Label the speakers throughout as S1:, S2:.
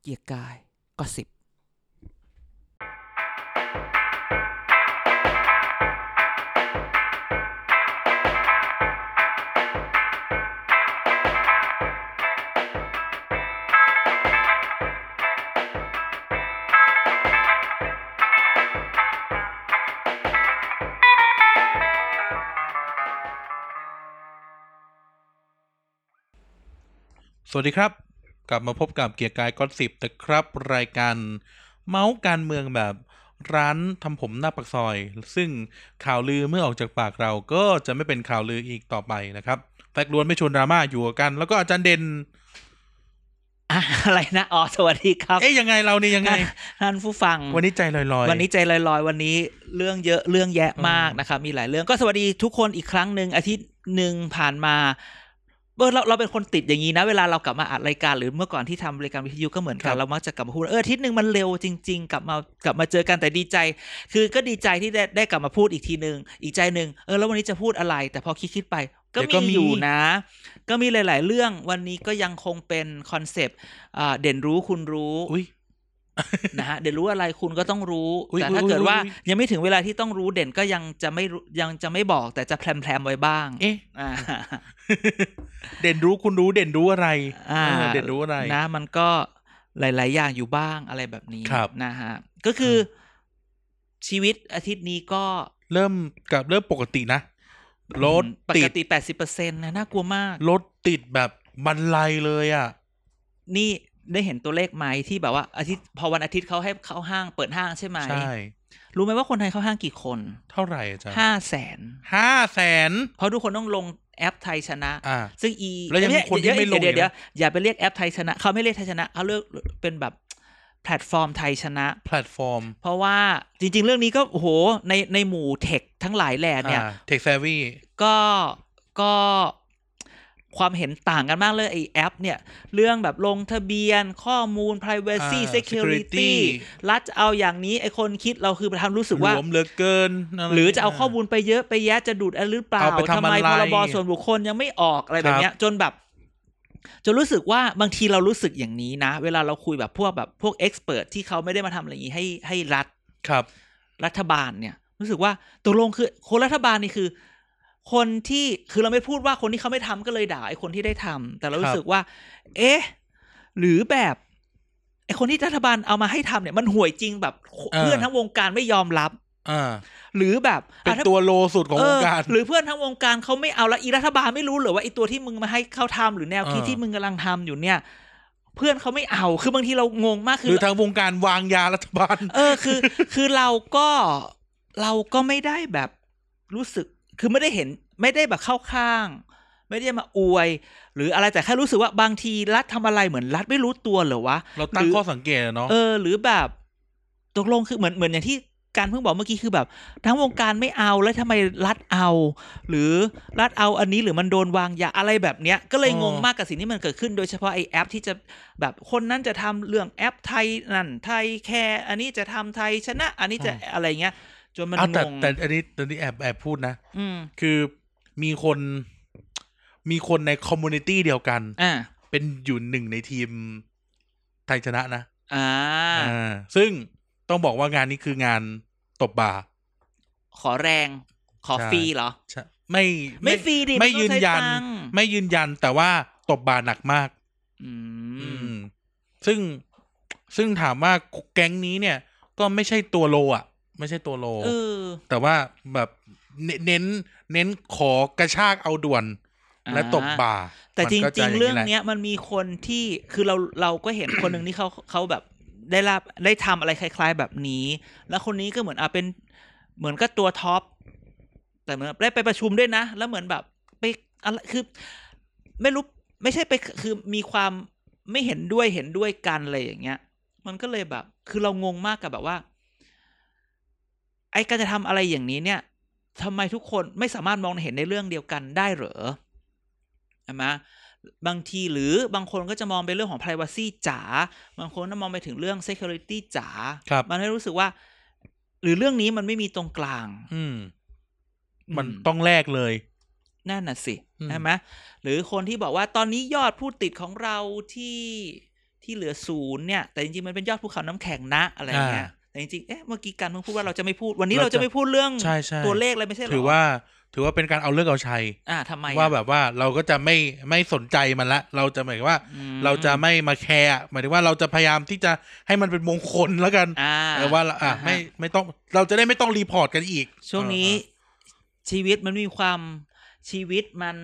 S1: เกียร์กายก็สิบ
S2: สวัสดีครับ กลับมาพบกับเกียร์กายก็สิบนะครับรายการเมาส์การเมืองแบบร้านทำผมหน้าปากซอย ซึ่งข่าวลือเมื่อออกจากปากเราก็จะไม่เป็นข่าวลืออีกต่อไปนะครับแฟกต์ล้วนไม่ชวนดราม่าอยู่กับกัน แล้วก็อาจารย์เด่น
S1: อะ อะไรนะอ๋อสวัสดีครับ
S2: เอ๊ยยังไงเรานี่ยังไง
S1: ท่านท่านผู้ฟัง
S2: วันนี้ใจลอยๆ
S1: วันนี้ใจลอยๆ วันนี้เรื่องเยอะเรื่องแยะมาก
S2: อืม
S1: นะครับ มีหลายเรื่องก็สวัสดีทุกคนอีกครั้งหนึ่งอาทิตย์หนึ่งผ่านมาเออเราเราเป็นคนติดอย่างนี้นะ เวลาเรากลับมาอัดรายการหรือเมื่อก่อนที่ทำรายการวิทยุก็เหมือนกันเรามักจะกลับมาพูดว่าเอออาทิตย์หนึ่งมันเร็วจริง ๆ กลับมากลับมาเจอกันแต่ดีใจ คือก็ดีใจที่ได้ได้กลับมาพูดอีกทีหนึ่งอีกใจหนึ่งเออแล้ววันนี้จะพูดอะไร แต่พอคิดคิดๆไป ก็
S2: เดี๋ยวก็มี
S1: มีอยู่นะ ก็มีหลาย ๆ เรื่องวันนี้ก็ยังคงเป็นคอนเซปต์อ่าเด่นรู้คุณรู้
S2: อุ้ย
S1: นะฮะเด่นรู้อะไรคุณก็ต้องรู้
S2: อุ๊ย
S1: แต่
S2: อุ๊ย
S1: ถ้าเกิด
S2: อุ๊ย
S1: ว่า
S2: อุ๊ย
S1: ยังไม่ถึงเวลาที่ต้องรู้เด่นก็ยังจะไม่รู้ยังจะไม่บอก แต่จะแพรมๆไว้บ้าง
S2: เอ๊ะ
S1: อ่า
S2: เด่นรู้คุณรู้เด่นรู้อะไร
S1: อ่า
S2: เออเด่นรู้อะไร
S1: นะมันก็หลาย ๆ อย่างอยู่บ้างอะไรแบบนี้
S2: ครับ
S1: นะฮะก็คือ
S2: ครั
S1: ชีวิตอาทิตย์นี้ก็
S2: เริ่มกลับเริ่มปกตินะรถ
S1: ป
S2: ติ
S1: ก
S2: ด
S1: ติ 80%นะน่ากลัวมาก
S2: รถติดแบบบรรลัยเลยอ่ะ
S1: นี่ได้เห็นตัวเลขไหมที่แบบว่าอาทิตย์พอวันอาทิตย์เขาให้เข้าห้างเปิดห้างใช่ไหม
S2: ใช่
S1: รู้ไหมว่าคนไทยเข้าห้างกี่คน
S2: เท่าไหร่อาจารย์
S1: ห้าแสน
S2: ห้าแสน
S1: เพราะทุกคนต้องลงแอปไทยชนะ
S2: อ่า
S1: ซึ่งอี
S2: แล้วยังมี
S1: เอ้ย
S2: คนที่ไม่ลง
S1: เดี๋ยว
S2: อีกนะ
S1: เดี๋ยวอย่าไปเรียกแอปไทยชนะเขาไม่เรียกไทยชนะเขาเรียกเป็นแบบแพลตฟอร์มไทยชนะ
S2: แพลตฟอร์ม
S1: เพราะว่าจริง ๆ เรื่องนี้ก็โอ้โหในในหมู่เทคทั้งหลายแหล่เนี่ย
S2: เทคแซวี่า Tech Savvy
S1: ก็ก็ความเห็นต่างกันมากเลยไอแอปเนี่ย เรื่องแบบลงทะเบียนข้อมูล privacy
S2: อ่า security
S1: security รัฐจะเอาอย่างนี้ไอคนคิดเราคือทำรู้สึกว่า
S2: หลวมเหลือเกินไร
S1: หรือจะเอาข้อมูลไปเยอะไปแยะจะดูดอะไรหรือเปล่า
S2: เอาไปทำ
S1: ทำไม
S2: อะไร
S1: พรบส่วนบุคคลยังไม่ออกอะไร
S2: ค
S1: แบ
S2: รั
S1: บบ เนี้ยจนแบบจนรู้สึกว่าบางทีเรารู้สึกอย่างนี้นะ เวลาเราคุยแบบพวกแบบพวกเอ็กซ์เพรสที่เขาไม่ได้มาทำอะไรอย่างนี้ให้ให้รัฐ
S2: ครับ
S1: รัฐบาลเนี่ยรู้สึกว่าตกลงคือคนรัฐบาลนี่คือ คนที่คือเราไม่พูดว่าคนที่เขาไม่ทำก็เลยด่าไอ้คนที่ได้ทำแต่เรา
S2: ครั
S1: รู้
S2: บ
S1: สึกว่า เอ๊ะหรือแบบไอ้คนที่รัฐบาลเอามาให้ทำเนี่ยมันห่วยจริงแบบเพื่อนทั้งวงการไม่ยอมรับ
S2: อ่า
S1: หรือแบบ
S2: เป็
S1: อ่ะ
S2: น
S1: ถ้า
S2: ตัวโลสุดของวงการ
S1: เออหรือเพื่อนทั้งวงการเขาไม่เอาแล้วอีรัฐบาลไม่รู้เหรือว่าไอตัวที่มึงมาให้เขาทำหรือแนวคิด
S2: เออ
S1: ที่มึงกำลังทำอยู่เนี่ย เพื่อนเขาไม่เอาคือบางทีเรางงมาก
S2: หรื
S1: คือ อ
S2: ทางวงการวางยารัฐบาล
S1: เออคือ คือเราก็เราก็ไม่ได้แบบรู้สึก คือไม่ได้เห็นไม่ได้แบบเข้าข้าง ไม่ได้มาอวย หรืออะไรแต่แค่รู้สึกว่าบางทีรัฐทำอะไรเหมือนรัฐไม่รู้ตัวเหรอวะ
S2: เราตั้ง
S1: หรือ
S2: ข้อสังเกตอะเนาะ
S1: เออหรือแบบตกลงคือเหมือนเหมือนอย่างที่การเพิ่งบอกเมื่อกี้คือแบบ ทั้งวงการไม่เอาแล้วทำไมรัฐเอา หรือรัฐเอาอันนี้หรือมันโดนวางยาอะไรแบบเนี้ย ก็เลย
S2: อ๋อ
S1: งงมากกับสิ่งที่มันเกิดขึ้น โดยเฉพาะไอแอปที่จะแบบคนนั้นจะทำเรื่องแอปไทยนั่นไทยแคร์อันนี้จะทำไทยชนะ อันนี้จะอะไรเงี้ยจนมัน
S2: เอา
S1: ง
S2: แต่
S1: ง
S2: แต่อันนี้อันนี้แอบแอบพูดนะ
S1: อืม
S2: คือมีคนมีคนในคอมมูนิตี้เดียวกัน
S1: อ่า
S2: เป็นอยู่หนึ่งในทีมไทยชนะนะ
S1: อ่า
S2: อ่าซึ่งต้องบอกว่างานนี้คืองานตบบ่า
S1: ขอแรง ขอ
S2: ใช่
S1: ฟรีเหรอ
S2: ใช่ไม่
S1: ไม่ฟรีดิ
S2: ไม่
S1: ต้อง
S2: ยืน
S1: ใช้
S2: ยัน
S1: ตังค์
S2: ไม่ยืนยันแต่ว่าตบบ่าหนักมาก
S1: อื
S2: อื
S1: ม
S2: มซึ่งซึ่งถามว่าแก๊งนี้เนี่ย ก็ไม่ใช่ตัวโลอ่ะ ไม่ใช่ตัวโล
S1: เออ
S2: แต่ว่าแบบเนเน้น เน้นขอกระชากเอาด่วน และตบบ่า
S1: แต่จ
S2: มันก็ะ
S1: ริง ๆ
S2: ย่า
S1: เรื่อง
S2: แหละ
S1: เนี้ยมันมีคนที่คือเราเราก็เห็น คนหนึ่งที่เขาเขาแบบได้รับได้ทำอะไรคล้าย ๆ แบบนี้ แล้วคนนี้ก็เหมือนอ่ะเป็นเหมือนก็ตัวท็อปแต่เหมือนได้ไปประชุมด้วยนะ แล้วเหมือนแบบไปอะไรคือ ไม่รู้ไม่ใช่ไปคือมีความไม่เห็นด้วยเห็นด้วยกันอะไรอย่างเงี้ย มันก็เลยแบบ คือเรางงมากกับแบบว่า ไอ้การจะทำอะไรอย่างนี้เนี่ยทำไมทุกคนไม่สามารถมองเห็นในเรื่องเดียวกันได้เหรอใช่ไหมบางทีหรือบางคนก็จะมองไปเรื่องของ p r i ว a c y จ๋าบางคนก็มองไปถึงเรื่อง Security จ๋า
S2: ครับ
S1: มันให้รู้สึกว่า หรือเรื่องนี้มันไม่มีตรงกลาง
S2: อืม มัน
S1: อื
S2: ต้องแลกเลย
S1: นั่นน่ะสิ
S2: อืม
S1: ใช่ไหมหรือคนที่บอกว่าตอนนี้ยอดผู้ติดของเราที่ ที่เหลือศูนย์เนี่ย แต่จริงๆมันเป็นยอดภูเขาน้ำแข็งนะอะไรเงี้ยแต่จริงๆเอ๊ะเมื่อกี้การเพิ่งพูดว่าเราจะไม่พูดวันนี้
S2: เรา
S1: เรา
S2: จะ
S1: จะไม่พูดเรื่อง
S2: ใช่ใช่
S1: ตัวเลขอะไรไม่ใช่เหรอ
S2: ถือว่าถือว่าเป็นการเอาเรื่องเอาชัย
S1: อ่าทำไมอะ
S2: ว่าแบบว่าเราก็จะไม่ไม่สนใจมันละ เราจะหมายถึงว่า
S1: อืม
S2: เราจะไม่มาแคร์อะหมายถึงว่าเราจะพยายามที่จะให้มันเป็นมงคลแล้วกัน
S1: อ่า
S2: เออว่าเราอ่ะ
S1: ฮะ
S2: ไม่ไม่ต้องเราจะได้ไม่ต้องรีพอร์ตกันอีก
S1: ช่วงนี้
S2: เออ
S1: ชีวิตมันมีความชีวิตมัน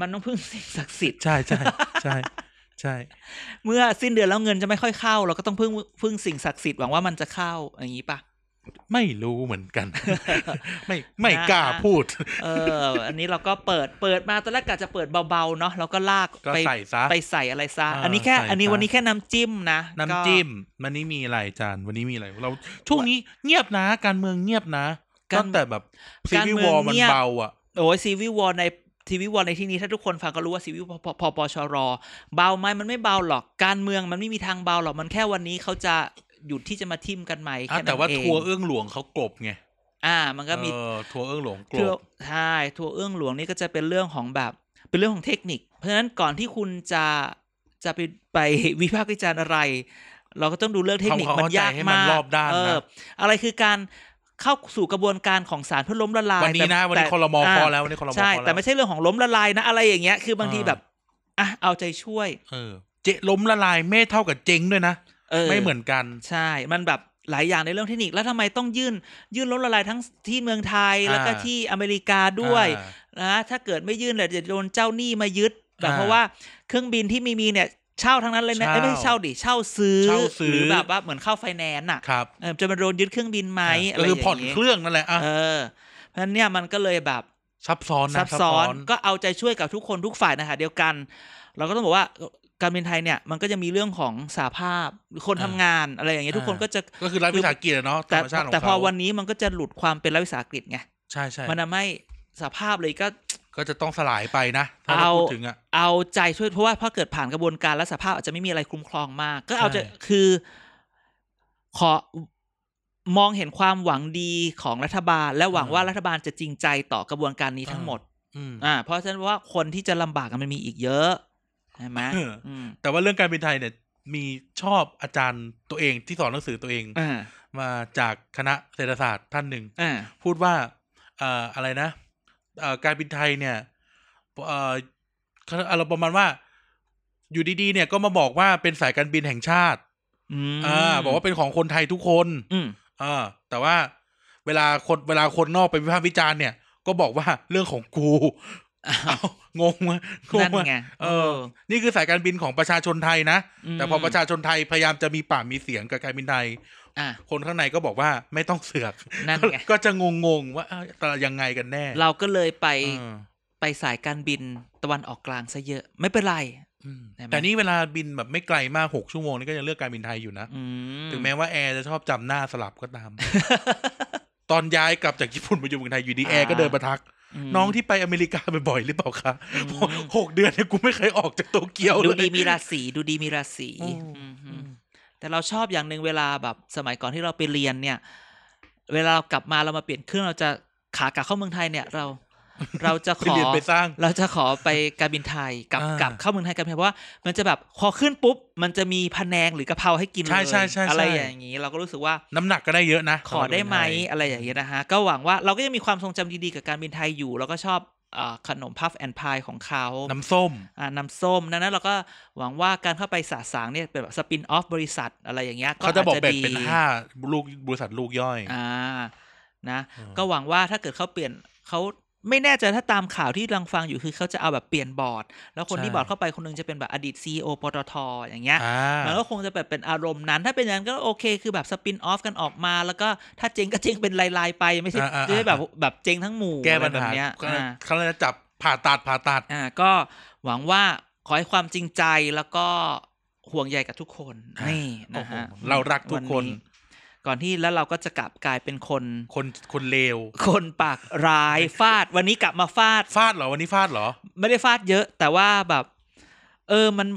S1: มันต้องพึ่งสิ่งศักดิ์สิทธิ์
S2: ใช่ใช่ใช่ใช่
S1: เมื่อสิ้นเดือนแล้วเงินจะไม่ค่อยเข้า เราก็ต้องพึ่งพึ่งสิ่งศักดิ์สิทธิ์หวังว่ามันจะเข้าอย่างนี้ปะ
S2: ไม่รู้เหมือน กัน ไม่ไม่
S1: นะ
S2: กล้าพูด
S1: เออ อันนี้เราก็เปิดเปิดมาตอนแรกกะจะเปิดเบาๆเนาะเราก็ลาก
S2: ก็
S1: ไป
S2: ใส่ซะ
S1: ไปใส่อะไรซะ
S2: อ่า
S1: อันนี้แค่
S2: ใส่ซะ
S1: อันนี้วันนี้แค่น้ำจิ้มนะก็
S2: น้ำจิ้มวันนี้มีอะไรจานวันนี้มีอะไรเราช่วงนี้เงียบนะ การเมืองเงียบนะตั้งแต่แบบซีรีส์วอลมันเบาอ่ะ
S1: โอ้ยซีวิววอลในทีวีวอลในที่นี้ถ้าทุกคนฟังก็รู้ว่าซีวิวพพปชรเบาไหมมันไม่เบาหรอกการเมืองมันไม่มีทางเบาหรอกมันแค่วันนี้เขาจะหยุดที่จะมาทิมกันใหม่
S2: อ่ะ
S1: แค่นั้นเอง
S2: แต่ว่าทัวร์เอื้องหลวงเขากลบไง
S1: อ่า มันก็มี
S2: เออทัวร์เอื้องหลวงกล
S1: ทัว
S2: บ
S1: ร์ใช่ทัวร์เอื้องหลวงนี่ก็จะเป็นเรื่องของแบบ เป็นเรื่องของเทคนิค เพราะฉะนั้นก่อนที่คุณจะจะไปไป วิพากษ์วิจารณ์อะไร เราก็ต้องดูเรื่องเทคนิค
S2: ทำความ
S1: มัน
S2: เข้าใจ
S1: ยาก
S2: ให้มัน
S1: มาก
S2: รอบด้านนะ
S1: เอออะไรคือการเข้าสู่กระบวนการของศาลเพื่อล้มละลาย
S2: วันนี้นะ
S1: แต่
S2: วันนี้
S1: แต่
S2: คอรมอ
S1: อ่า
S2: พอแล้ววันนี้คอรมอพอ
S1: ใช่
S2: แล้ว
S1: แต่ไม่ใช่เรื่องของล้มละลายนะ อะไรอย่างเงี้ย คือบางที
S2: อ่า
S1: แบบอ่ะเอาใจช่วย
S2: เออ เจล้มละลายไม่เท่ากับเจ๊งด้วยนะ
S1: เออ
S2: ไม่เหมือนกัน
S1: ใช่ มันแบบหลายอย่างในเรื่องเทคนิค แล้วทำไมต้องยื่น ยื่นล้มละลายทั้งที่เมืองไทย แล้วก็
S2: อ่า
S1: ที่อเมริกาด้วย
S2: อ่า
S1: นะถ้าเกิดไม่ยื่นเลยจะโดนเจ้าหนี้มายึดแบบ
S2: อ่า
S1: เพราะว่าเครื่องบินที่มีมีเนี่ยเช่าทั้งนั้นเลยนะเอ้ยไม่ใช่เช่า
S2: เช่า
S1: ดิเช่าซื้อ
S2: เช่าซื้อ
S1: หรือแบบว่าเหมือนเข้าไฟแนนซ์อ่ะ
S2: ครับ
S1: เออจะมาโดนยึดเครื่องบินไหม
S2: อ่า
S1: อะ
S2: ก็
S1: ไรอ
S2: คื
S1: ย่า
S2: อง ผ่อน
S1: เงี้ย
S2: เครื่องนั่นแหละอ่ะ
S1: เออเพราะฉะนั้นเนี่ยมันก็เลยแบบ
S2: ซับซ้อนนะ
S1: ซับซ้อนก็เอาใจช่วยกับทุกคนทุกฝ่ายนะคะเดียวกัน เราก็ต้องบอกว่าการบินไทยเนี่ยมันก็จะมีเรื่องของสาภาพคนทำงานอะไรอย่างเงี้ยทุกคนก็จะ
S2: ก็คือรัฐวิสาหกิจอะเนาะธร
S1: แต่
S2: รมชาติของ
S1: แต่พอ
S2: เขา
S1: วันนี้มันก็จะหลุดความเป็นรัฐวิสาหกิจไง
S2: ใช่ใช่
S1: มันทำให้สาภาพเลยก็
S2: ก็จะต้องสลายไปนะ ถ้าเรา
S1: เอา
S2: พูดถึงอ่ะ
S1: เอาใจช่วยเพราะว่าพอเกิดผ่านกระบวนการแล้วสภาพอาจจะไม่มีอะไรคุ้มครองมาก ก็เอาจะ
S2: ใช่
S1: คือขอมองเห็นความหวังดีของรัฐบาล และหวังว่ารัฐบาลจะจริงใจต่อกระบวนการนี้ทั้งหมด
S2: อืม
S1: อ่าเพราะฉะนั้นว่าคนที่จะลำบากอะมันมีอีกเยอะใช่ไหม
S2: เออ
S1: อื
S2: อื
S1: ม
S2: แต่ว่าเรื่องการบินไทยเนี่ยมีชอบอาจารย์ตัวเองที่สอนหนังสือตัวเอง
S1: อ่า
S2: มาจากคณะเศรษฐศาสตร์ท่านหนึ่ง
S1: อ่า
S2: พูดว่าเอ่ออะไรนะเอ่อการบินไทยเนี่ยเอ่ออารมณ์ประมาณว่า อยู่ดีๆ เนี่ยก็มาบอกว่าเป็นสายการบินแห่งชาติ
S1: อืม
S2: อ่าบอกว่าเป็นของคนไทยทุกคน
S1: อืม
S2: อ่าแต่ว่าเวลาคนเวลาคนนอกไปวิพากษ์วิจารณ์เนี่ย ก็บอกว่าเรื่องของ กูเอ้างงไหมง
S1: นั่น
S2: งไหม
S1: ไง
S2: เออ นี่คือสายการบินของประชาชนไทยนะ
S1: ม
S2: แต่พอประชาชนไทยพยายามจะมีปากมีเสียงกับการบินไทย
S1: อ่า
S2: คนข้างในก็บอกว่าไม่ต้องเสือก
S1: นั่นไง
S2: ก็จะงงงๆว่าเอ้าแต่ยังไงกันแน่
S1: เราก็เลยไป
S2: เออ
S1: ไปสายการบินตะวันออกกลางซะเยอะ ไม่เป็นไร
S2: อืม
S1: ได้ไหม
S2: แต่นี่เวลาบินแบบไม่ไกลมากหกชั่วโมงนี่ก็ยังเลือกการบินไทยอยู่นะ
S1: อืม
S2: ถึงแม้ว่าแอร์จะชอบจำหน้าสลับก็ ตาม ตอนย้ายกลับจากญี่ปุ่นมาอยู่เมืองไทยอยู่ดี
S1: อ่า
S2: แอร์ก็เดินมาทัก
S1: ม
S2: น้องที่ไปอเมริกาบ่อยๆหรือเปล่าคะ
S1: อืม
S2: เพราะหกเดือนเนี่ยกูไม่เคยออกจากโตเกียว
S1: ดู
S2: เล
S1: ดี
S2: ย
S1: มีราศีดูดีมีราศี
S2: อืม
S1: อืมฮึ
S2: อืม
S1: แต่เราชอบอย่างหนึ่งเวลาแบบสมัยก่อนที่เราไปเรียนเนี่ย เวลาเรากลับมาเรามาเปลี่ยนเครื่องเราจะขากลับเข้าเมืองไทยเนี่ยเราเราจะข
S2: ไป
S1: อ
S2: เรียนไปสร้าง
S1: เราจะขอไปการบินไทยกลับ
S2: อ่าก
S1: ลับเข้าเมืองไทยกันเพราะว่ามันจะแบบพอขึ้นปุ๊บ มันจะมีพะแนงหรือกะเพราให้กินเล
S2: ใช่
S1: ย
S2: ใช่ใช่ใช่
S1: อะไรอย่างนี้ เราก็รู้สึกว่า
S2: น้ำหนักก็ได้เยอะนะ
S1: ขอได้ไหม
S2: สำรับการบินทย
S1: อะไรอย่างเงี้ยนะฮะ ก็หวังว่าเราก็ยังมีความทรงจำดีๆกับการบินไทยอยู่ เราก็ชอบอ่าขนมพัฟแอนพายของเขา
S2: น้ำส้ม
S1: อ่าน้ำส้มดังนั้นเราก็หวังว่าการเข้าไปสะสางเนี่ยเป็นแบบสปินออฟบริษัทอะไรอย่างเงี้ย
S2: เขาจะบอกแบ่ง
S1: ดี
S2: เป็นห้าลูกบริษัทลูกย่อย
S1: อ่านะ
S2: อืม
S1: ก็หวังว่าถ้าเกิดเขาเปลี่ยนเขาไม่แน่ใจถ้าตามข่าวที่รังฟังอยู่คือเขาจะเอาแบบเปลี่ยนบอร์ด แล้วคนที่บอร์ดเข้าไปคนหนึงจะเป็นแบบอดีตซีอปตทอย่างเงี้ย
S2: อ่า
S1: มันก็คงจะแบบเป็นอารมณ์นั้น ถ้าเป็นอย่างนั้นก็โอเคคือแบบสปินออฟกันออกมา แล้วก็ถ้าเจ๊งก็เจ๊งเป็นลายๆไปไม่ใช่ไม่ใช่แบบแบบเจ๊งทั้งหมู่
S2: แก้ปัญ
S1: อะไร
S2: หา
S1: บบเนี้ย
S2: เขา
S1: อ่า
S2: เขาจะจับผ่าตัดผ่าตัด
S1: อ่าก็หวังว่าขอให้ความจริงใจแล้วก็ห่วงใยกับทุกคน
S2: อ่ะ
S1: นี่นะฮะ
S2: โอ้โหเรารักทุกคน
S1: วัก่อนที่แล้วเราก็จะกลับกลายเป็นคน
S2: คนคนเลว
S1: คนปากร้ายฟาด วันนี้กลับมาฟาด
S2: ฟาดเหรอวันนี้ฟาดเหรอ
S1: ไม่ได้ฟาดเยอะ แต่ว่าแบบ เออมัน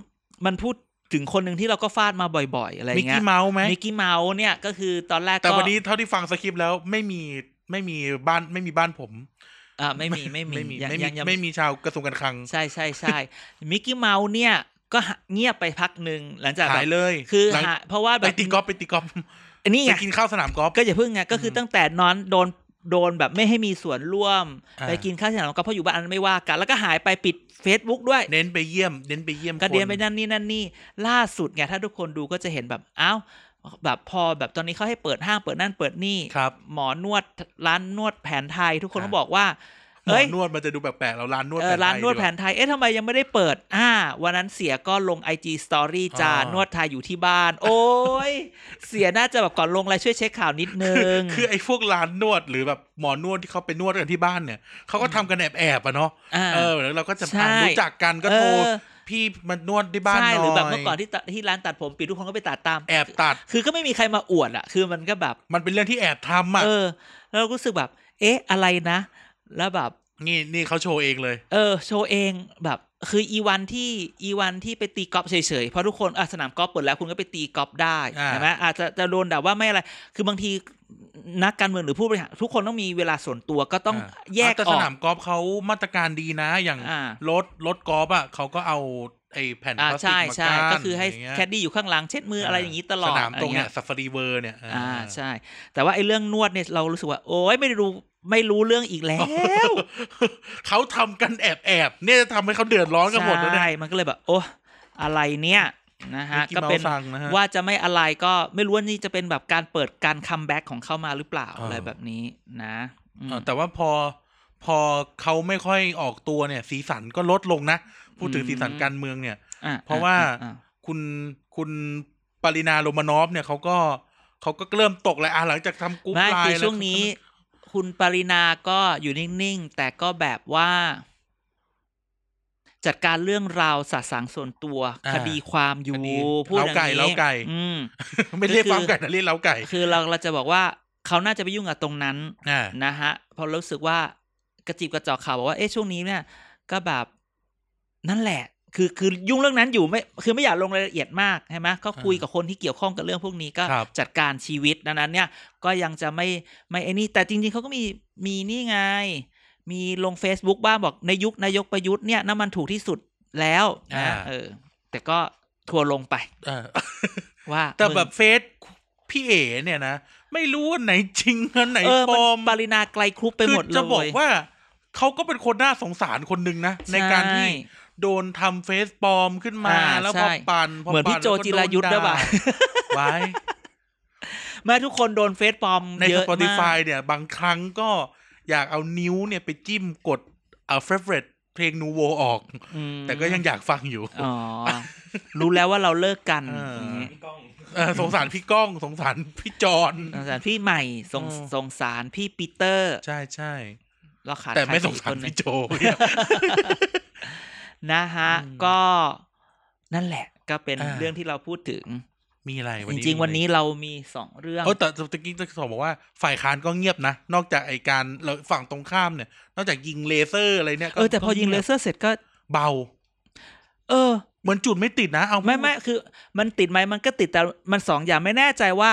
S1: มันพูดถึงคนหนึ่งที่เราก็ฟาดมาบ่อย ๆ อะไร
S2: มิก
S1: เงี้ย
S2: กี้เมาส์ไหม
S1: มิกกี้เมาส์เนี่ยก็คือตอนแรก
S2: แต่
S1: ก็
S2: วันนี้เท่าที่ฟังสคริปต์แล้วไม่มีไม่มีบ้านไม่มีบ้านผม
S1: อ่าไม่มีไม่มี
S2: ไม่มี
S1: ยัง
S2: ไม่มี
S1: ยังยัง
S2: ไม่มีชาวกระทรวงการคลัง
S1: ใช่ใช่ใช่มิกกี้เมาส์เนี่ย ก็หาเงียบไปพักหนึ่งหลังจากแบ
S2: หาย
S1: บ
S2: เลย
S1: คือ
S2: หลัง
S1: หาเพราะว่าแบ
S2: ไป
S1: บ
S2: ตีกอล์ฟไปตีกอล์ฟ
S1: อันนี้
S2: ไป
S1: ไง
S2: กินข้าวสนามกอล์ฟ
S1: ก็อย่าพึ่งไงก็คือตั้งแต่นอนโดนโดนแบบไม่ให้มีส่วนร่วม
S2: อ่า
S1: ไปกินข้าวที่ไหนก็เพราะอยู่บ้านอันไม่ว่ากัน แล้วก็หายไปปิด Facebook ด้วย
S2: เน้นไปเยี่ยม เน้นไปเยี่ยม
S1: กระเดียน
S2: ค
S1: ไปนั่นนี่นั่นนี่ล่าสุดไงถ้าทุกคนดูก็จะเห็นแบบอ้าวแบบพอแบบตอนนี้เขาให้เปิดห้างเปิดนั่นเปิดนี่
S2: ครับ
S1: หมอนวดร้านนวดแผนไทย ทุกคน
S2: อ่า
S1: ก็บอกว่า
S2: หมอ
S1: เอ้ย
S2: นวดมันจะดูแปลกๆเราร้านนวด
S1: เออ
S2: แผไทย
S1: ร้านนวด
S2: ก
S1: แผนไทยเอ๊ะทำไมยังไม่ได้เปิดอ่าวันนั้นเสียก็ลง IG Story จ้า
S2: อ่าน
S1: นวดไทยอยู่ที่บ้าน โอ้ยเสียน่าจะแบบก่อนลงอะไรช่วยเช็คข่าวนิดนึง
S2: คือไอ้พวกร้านนวดหรือแบบหมอนวดที่เขาไปนวดกันที่บ้านเนี่ยเขาก็ทำกันแอบๆอะเนาะ
S1: อ่า
S2: เออแล้วเราก็จะ
S1: ใช่
S2: อ่ะรู้จักกันก็โทร
S1: เออ
S2: พี่มานวดที่บ้านห
S1: ใช่
S2: น่อย
S1: หรือแบบเมื่อก่อนที่ตที่ร้านตัดผมปิดทุกคนก็ไปตัดตาม
S2: แอบตัด
S1: คือก็ไม่มีใครมาอวดอะคือมันก็แบบ
S2: มันเป็นเรื่องที่แอบทำอ่ะ
S1: เออ แล้วเรารู้สึกแบบ เอ๊ะอะไรนะ แล้วแบบ
S2: นี่นี่เขาโชว์เองเลย
S1: เออโชว์เองแบบ คืออีวันที่อีวันที่ไปตีกอล์ฟเฉยๆเพราะทุกคนอ่ะสนามกอล์ฟเปิดแล้วคุณก็ไปตีกอล์ฟได้
S2: อ่า
S1: ใช่ไหมอาจจะจะโดนด่าว่าไม่อะไร คือบางทีนักการเมืองหรือผู้บริหารทุกคนต้องมีเวลาส่วนตัวก็ต้องแยกอ
S2: แต่ส
S1: อก
S2: นามกอล์ฟเขามาตรการดีนะอย่าง
S1: อ่า
S2: รถรถกอล์ฟอ่ะเขาก็เอาไอ้แผ่นพ
S1: อ่า
S2: ลาสติก
S1: ใช่
S2: มา
S1: ใช่
S2: กั้น
S1: ก็คือให้
S2: ะไรเงี้ย
S1: แคดดี้อยู่ข้างหลังเช็ดมืออะไรอย่างนี้ตลอด
S2: สนามตรง
S1: อะไร
S2: เนี่
S1: เงี้
S2: ย
S1: ย
S2: ซัฟฟารีเวอร์เนี่ย
S1: อ่าใช่ แต่ว่าไอ้เรื่องนวดเนี่ยเรารู้สึกว่า โอ้ยไม่ได้รู้ไม่รู้เรื่องอีกแล้ว
S2: เขาทำกันแอบแอบๆเนี่ยจะทำให้ เขาเดือดร้อนกันหมดแล้วเนี่ย
S1: ใช่มันก็เลยแบบ โอ้อะไรเนี่ยนะฮะ
S2: มิ
S1: ก็
S2: มา
S1: เป็
S2: ส์
S1: น
S2: สั่งนะฮะ
S1: ว่าจะไม่อะไรก็ไม่รู้ว่านี่จะเป็นแบบการเปิดการคัมแบ็กของเขามาหรือเปล่า
S2: เอออ
S1: อะไรแบบนี้นะอืม
S2: เออแต่ว่าพอพอเขาไม่ค่อยออกตัวเนี่ย สีสันก็ลดลงนะ พูดถึง
S1: อืม
S2: สีสันการเมืองเนี่ย
S1: อ่
S2: เพราะว่า
S1: อ่อ่
S2: คุณคุณปรินาโรมานอฟเนี่ยเขาก็เขาก็เริ่มตกแล้วอ่ะหลังจากทำกรุ๊ป
S1: ไม่
S2: ไล
S1: คือ
S2: น์
S1: ช่วงนี้ คุณปรินาก็อยู่นิ่งๆ แต่ก็แบบว่า จัดการเรื่องราวสะสางส่วนตัว
S2: า
S1: คดีความอยู่
S2: คดี
S1: พูดอย่างนี้
S2: เล้าไก่เล้าไก่
S1: อืม
S2: ไม่เรียก
S1: ก็คือ
S2: ฟาร์มไก่นะ เรียกเล้าไก่
S1: คือเราเราจะบอกว่าเขาน่าจะไปยุ่งกับตรงนั้น
S2: อ่า
S1: นะฮะเพอรู้สึกว่ากระจิบกระจอกข่าวบอกว่าเอ๊ะช่วงนี้เนี่ย ก็แบบนั่นแหละ คือคือยุ่งเรื่องนั้นอยู่ไม่คือไม่อยากลงรายละเอียดมากใช่ไหมก็คุยกับคนที่เกี่ยวข้องกับเรื่องพวกนี้ก็จัดการชีวิตดังนั้น เนี่ย ก็ยังจะไม่ไม่ไอ้นี่แต่จริงๆเขาก็มีมีนี่ไง มีลง Facebook บ้างบอกในยุคนายกประยุทธ์เนี่ยน้ำมันถูกที่สุดแล้วนะเออ แต่ก็ทัวร์ลงไป
S2: เออ
S1: ว่า
S2: แต่
S1: มึง
S2: แบบเฟซพี่เอ๋เนี่ยนะ ไม่รู้ว่าไหนจริงอันไหน
S1: เออ
S2: ปล
S1: มัน
S2: อม
S1: ปรินาไกลครุบไปหมดเลย
S2: จะบอกว่าเขาก็เป็นคนน่าสงสารคนหนึ่งนะ ในการที่
S1: ช่
S2: โดนทำเฟซปลอมขึ้นมา
S1: อ่า
S2: แล้ว
S1: ใช่
S2: พอปั่นพ
S1: เหมือนพี่
S2: ปั่
S1: โจจิรายุทธ์ด้วยป่ะ
S2: ไว้
S1: แม่ทุกคนโดนเฟซปลอม
S2: ใน
S1: เยอะมาก
S2: Spotify เนี่ย บางครั้งก็อยากเอานิ้วเนี่ยไปจิ้มกดเอา favorite เพลงนูโวออก
S1: อืม
S2: แต่ก็ยังอยากฟังอยู่
S1: อ๋อ รู้แล้วว่าเราเลิกกัน
S2: เอออ
S1: ย่างงี้
S3: พี่ก้อง
S2: เออสงสารพี่ก้องสงสารพี่จอน
S1: สงสารพี่ใหม่สง
S2: เออ
S1: สงสารพี่ปีเตอร์
S2: ใช่ใช่
S1: เราขาด
S2: แต่ไม่
S1: ใคป
S2: สง
S1: อีกค
S2: สาร
S1: นหนึ่
S2: พี่
S1: ง
S2: โจเนี่ย
S1: นะฮะ
S2: อืม
S1: ก็นั่นแหละก็เป็น
S2: อ่า
S1: เรื่องที่เราพูดถึง
S2: มีอะไร
S1: จริง ๆ วัน
S2: มีอะไร
S1: นี้เรามีสองเรื่อง
S2: เออแต่ตะกี้ตะสอบบอกว่าฝ่ายค้านก็เงียบนะ นอกจากไอการเราฝั่งตรงข้ามเนี่ย นอกจากยิงเลเซอร์อะไรเนี่ยก็
S1: เออแต่พอยิงเลเซอร์เสร็จก็
S2: เบา
S1: เออ
S2: เหมือนจุดไม่ติดนะ เอา
S1: ไม่ไม่คือมันติดไหมมันก็ติดแต่มันสองอย่างไม่แน่ใจว่า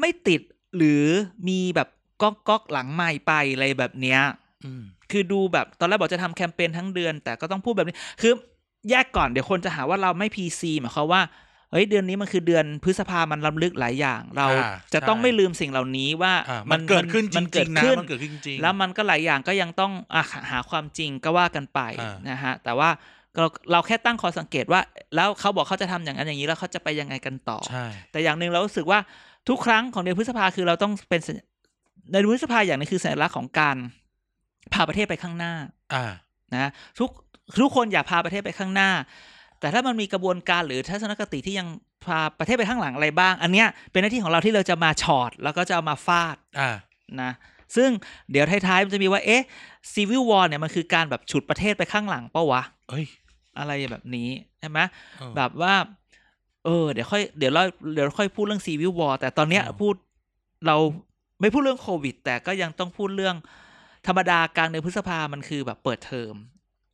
S1: ไม่ติดหรือมีแบบก๊อกก๊อกหลังไม่ไปอะไรแบบเนี้ย
S2: อืม
S1: คือดูแบบตอนแรกบอกจะทำแคมเปญทั้งเดือน แต่ก็ต้องพูดแบบนี้ คือแยกก่อนเดี๋ยวคนจะหาว่าเราไม่พีซีหมายความว่าเฮ้ยเดือนนี้มันคือเดือนพฤษภามันล้ำลึกหลายอย่าง เรา
S2: อ่
S1: จะต้อง
S2: ใช่
S1: ไม่ลืมสิ่งเหล่านี้ว่า
S2: อ่ะมั
S1: มัน
S2: เกิดขึ้นจ
S1: มัเกิ
S2: ริ
S1: ด
S2: งๆนะ
S1: ขึ้น
S2: มันเกิดขึ้นจริง
S1: แล้วมันก็หลายอย่างก็ยังต้องอ่ะหาความจริงก็ว่ากันไป
S2: อ่าน
S1: นะฮะ แต่ว่าเราเราแค่ตั้งข้อสังเกตว่า แล้วเขาบอกเขาจะทำอย่างนั้นอย่างนี้แล้วเขาจะไปยังไงกันต่อ
S2: ใช่
S1: แต่อย่างหนึ่งเรารู้สึกว่าทุกครั้งของเดือนพฤษภาคือเราต้องเป็นสัญในเดือนพฤษภาอย่างหนึงคือสัญลักษณ์ของการพาประเทศไปข้างหน้า
S2: อ่า
S1: นะทุกทุกคนอยากพาประเทศไปข้างหน้า แต่ถ้ามันมีกระบวนการหรือทัศนคติที่ยังพาประเทศไปข้างหลังอะไรบ้าง อันเนี้ยเป็นหน้าที่ของเราที่เราจะมาชอ็อตแล้วก็จะเอามาฟาด
S2: อ่า
S1: นะซึ่งเดี๋ยวท้ายๆ มันจะมีว่า เอ๊ะซีวิววอร์เนี่ย มันคือการแบบฉุดประเทศไปข้างหลังเปะวะ
S2: เอ้ย
S1: อะไรแบบนี้ ใช่ไหม
S2: เออ
S1: แบบว่า เออ เดี๋ยวค่อยเดี๋ยวเราเดี๋ยวค่อยพูดเรื่องซีวิววอร์แต่ตอนเนี้ย
S2: อืม
S1: พูดเราไม่พูดเรื่องโควิด แต่ก็ยังต้องพูดเรื่องธรรมดากลางเดือนพฤษภามันคือแบบเปิดเทอม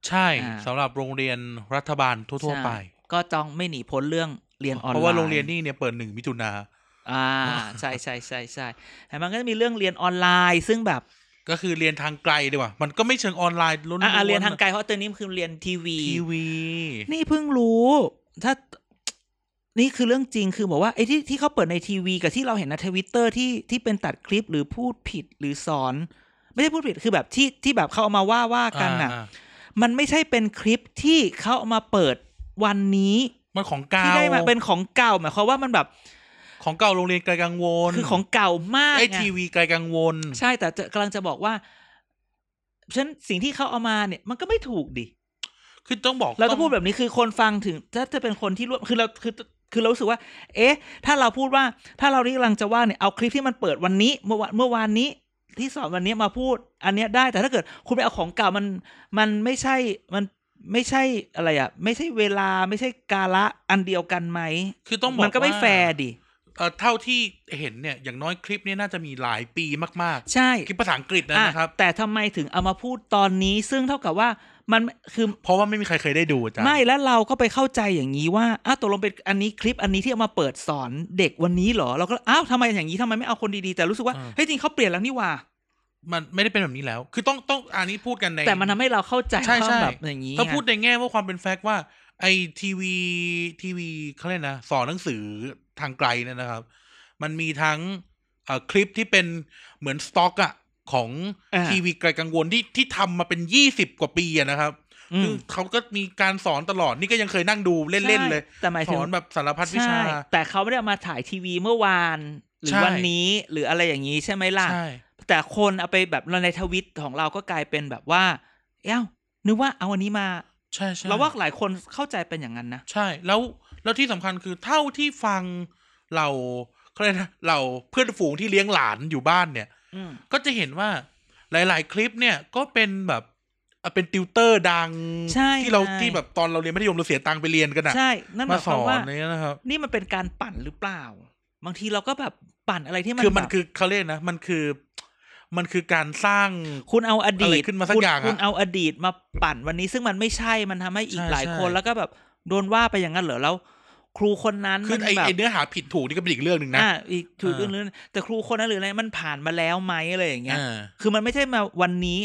S2: ใช่
S1: อ่า
S2: สำหรับโรงเรียนรัฐบาลทั่ว ๆ ไป
S1: ใช่ก็ต้องไม่หนีพ้นเรื่องเรียนออนไลน์
S2: เพราะว่าโรงเรียนนี่เนี่ยเปิดหนึ่งมิถุนา
S1: อ่า ใช่ใช่ ใช่ใช่แต่มันก็จะมีเรื่องเรียนออนไลน์ ซึ่งแบบ
S2: ก็คือเรียนทางไกลดีกว่า มันก็ไม่เชิงออนไลน์ล้วนๆ
S1: อ่าเรียนทางไกลเพราะตอนนี้มันคือเรียนทีวี
S2: ทีวี
S1: นี่เพิ่งรู้ ถ้านี่คือเรื่องจริงคือบอกว่าไอ้ที่ที่เขาเปิดในทีวีกับที่เราเห็นในทวิตเตอร์ที่ที่เป็นตัดคลิปหรือพูดผิดหรือสอน ไม่ใช่พูดผิดคือแบบที่ที่แบบเขาเอามาว่าว่ากันน่ะ
S2: อ่า
S1: มันไม่ใช่เป็นคลิปที่เขาเอามาเปิดวันนี้
S2: มันของเก่า
S1: ที่ได้มาเป็นของเก่าหมายความว่ามันแบบ
S2: ของเก่าโรงเรียนไกลกังวล
S1: คือของเก่ามาก
S2: ไอ
S1: ไง
S2: ทีวีไกลกังวล
S1: ใช่แต่จะกำลังจะบอกว่าฉะนันสิ่งที่เขาเอามาเนี่ย มันก็ไม่ถูกดิ
S2: คือต้องบอก
S1: เราจะพูด
S2: ต้
S1: แบ
S2: อง
S1: บนี้คือคนฟังถึงถ้าจะเป็นคนที่ร่วมคือเราคือคือเรารู้สึกว่า เอ๊ะ ถ้าเราพูดว่า ถ้าเราที่กำลังจะว่าเนี่ยเอาคลิปที่มันเปิดวันนี้ เมื่อวันเมื่อวานนี้ที่สอนวันนี้มาพูด อันเนี้ยได้แต่ถ้าเกิดคุณไปเอาของเก่ามัน มันไม่ใช่มันไม่ใช่อะไรอะไม่ใช่เวลาไม่ใช่กาละอันเดียวกันไหม
S2: คือต้องบอก
S1: มันก็ไม่
S2: ว่า
S1: แฟร์ดิ
S2: เอ่อเท่าที่เห็นเนี่ย อย่างน้อยคลิปเนี่ยน่าจะมีหลายปีมาก
S1: ใช่
S2: ๆคลิปภาษาอังกฤษนะ
S1: อ่ะ
S2: นะครับ
S1: แต่ทำไมถึงเอามาพูดตอนนี้ ซึ่งเท่ากับว่ามันคือ
S2: เพราะว่าไม่มีใครเคยได้ดูอาจ้ะ
S1: ไม่แล้วเราก็ไปเข้าใจอย่างนี้ว่าอ้าวตกลงเป็นอันนี้คลิปอันนี้ที่เอามาเปิดสอนเด็กวันนี้เหรอเราก็อ้าวทำไมอย่างนี้ทำไมไม่เอาคนดีๆ แต่รู้สึกว่าเฮ้ยจริงเขาเปลี่ยนแล้วนี่หว่า
S2: มันไม่ได้เป็นแบบนี้แล้ว คือต้องต้องอันนี้พูดกันใน
S1: แต่มันทำให้เราเข้าใจ
S2: ใช่
S1: ว่า
S2: ใช่
S1: แบบอย่างนี้
S2: ต้องพูด
S1: ไง
S2: ในแง่ว่าความเป็นแฟกต์ว่า ไอทีวีทีวีเขาเรียกนะสอนหนังสือทางไกลเนี่ยนะครับ มันมีทั้งเอ่อคลิปที่เป็นเหมือนสต็อกอะของ
S1: อ่า
S2: ทีวีไกลกังวลที่ที่ทำมาเป็นยี่สิบกว่าปีอะนะครับ
S1: อื
S2: คือ
S1: ม
S2: เขาก็มีการสอนตลอดนี่ก็ยังเคยนั่งดูเล่น ๆ เลย
S1: ใช่แต่หมาย
S2: ส
S1: ถึง
S2: อนแบบสารพัดวิ
S1: ใช่
S2: ชา
S1: แต่เขาไม่ได้เอามาถ่ายทีวีเมื่อวานหรือ
S2: ใช่
S1: วันนี้หรืออะไรอย่างนี้ใช่ไหมล่ะ
S2: ใช่
S1: แต่คนเอาไปแบบเราในทวิตของเราก็กลายเป็นแบบว่าเอ้านึกว่าเอาวันนี้มา
S2: ใช่ใช่
S1: เราว่าหลายคนเข้าใจเป็นอย่างนั้นนะ
S2: ใช่แล้วแล้วที่สำคัญคือเท่าที่ฟังเราเขาเรียกนะเราเพื่อนฝูงที่เลี้ยงหลานอยู่บ้านเนี่ย
S1: อืม
S2: ก็จะเห็นว่าหลาย ๆ คลิปเนี่ยก็เป็นแบบเอ่อเป็นติวเตอร์ดัง
S1: ใช่
S2: ที่เรา
S1: ใช่
S2: ที่แบบตอนเราเรียนมัธยมเราเสียตังค์ไปเรียนกันอะ
S1: ใช่ นั่น
S2: มาม
S1: หายค
S2: ส
S1: วาม
S2: อน
S1: ว่า
S2: อะไรเงี้ยนะครับ
S1: นี่มันเป็นการปั่นหรือเปล่า บางทีเราก็แบบปั่นอะไรที่มัน
S2: คือมัน
S1: แบบ
S2: คือเขาเรียกนะ มันคือ มันคือการสร้าง
S1: คุณเอาอดีต
S2: อะไรขึ้นมาสัก
S1: คุณ
S2: อย่างอะ
S1: คุณเอาอดีตมาปั่นวันนี้ ซึ่งมันไม่ใช่มันทำให้อีก
S2: ใช่
S1: หลาย
S2: ใช่
S1: คนแล้วก็แบบโดนว่าไปอย่างนั้นเหรอแล้ว ครูคนนั้น
S2: คือ
S1: มัน
S2: ไอ้
S1: แบบ
S2: ไอ้เนื้อหาผิดถูกนี่ก็เป็นอีกเรื่องหนึ่งนะ
S1: อ่าอีกถูก
S2: อ่า
S1: เรื่องนึงแต่ครูคนนั้นหรืออะไรมันผ่านมาแล้วไหมอะไรอย่างเงี้ย
S2: อ่า
S1: คือมันไม่ใช่มาวันนี้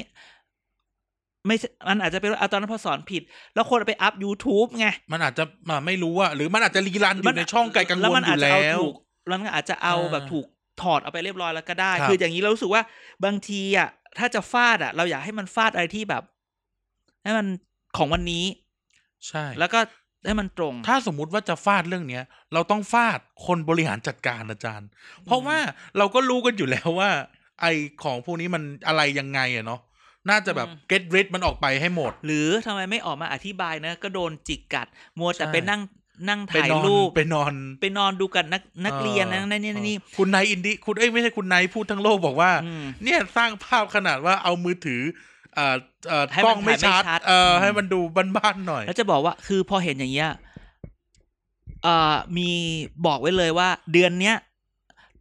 S1: ไม่ใช่มันอาจจะเป็นว่าเอาตอนนั้นพอสอนผิด แล้วคนเอาไปอัพ YouTube ไง
S2: มันอาจจะมาไม่รู้ว่า หรือมันอาจจะรีรันอยู่ในช่องไกลกังว
S1: แล้ว
S2: ล
S1: มัน
S2: อ
S1: อาจ
S2: ยู่
S1: จะเอา
S2: แล้ว
S1: ถูกแล้วมันอาจจะเอา
S2: อ่า
S1: แบบถูกถอดเอาไปเรียบร้อยแล้วก็ได้
S2: ครับ
S1: คืออย่างนี้เรารู้สึกว่าบางทีอ่ะถ้าจะฟาดอ่ะ เราอยากให้มันฟาดอะไรที่แบบ ให้มันของวันนี้
S2: ใช่
S1: แล้วก็ให้มันตรง
S2: ถ้าสมมุติว่าจะฟาดเรื่องเนี้ย เราต้องฟาดคนบริหารจัดการอาจารย์ เพราะว่าเราก็รู้กันอยู่แล้วว่า ไอของพวกนี้มันอะไรยังไงอะเนาะน่าจะแบบ
S1: อืม
S2: get rid มันออกไปให้หมด
S1: หรือทำไมไม่ออกมาอธิบายนะ ก็โดนจิกกัด มัวแต่
S2: ใช่
S1: ไปนั่งนั่ง
S2: ไป
S1: ถ่าย
S2: นอน
S1: รูป
S2: ไปนอน
S1: ไปนอนดูกันนักนักเรียนนะ
S2: ออ
S1: นั่นนี่นั่นนี่
S2: เออคุณนายอินดีคุณเอ้ยไม่ใช่คุณนายพูดทั้งโลกบอกว่า
S1: อืม
S2: เนี่ยสร้างภาพขนาดว่าเอามือถือเอ่อเอ่อ
S1: ให้มัน
S2: กล้องไม่
S1: ถ่ายไม่
S2: ชัด
S1: ชัด
S2: เอ่ออ
S1: ม
S2: ให้มันดูบ้านๆหน่อย
S1: แล้วจะบอกว่าคือพอเห็นอย่างเงี้ยเอ่อมีบอกไว้เลยว่า เดือนเนี้ย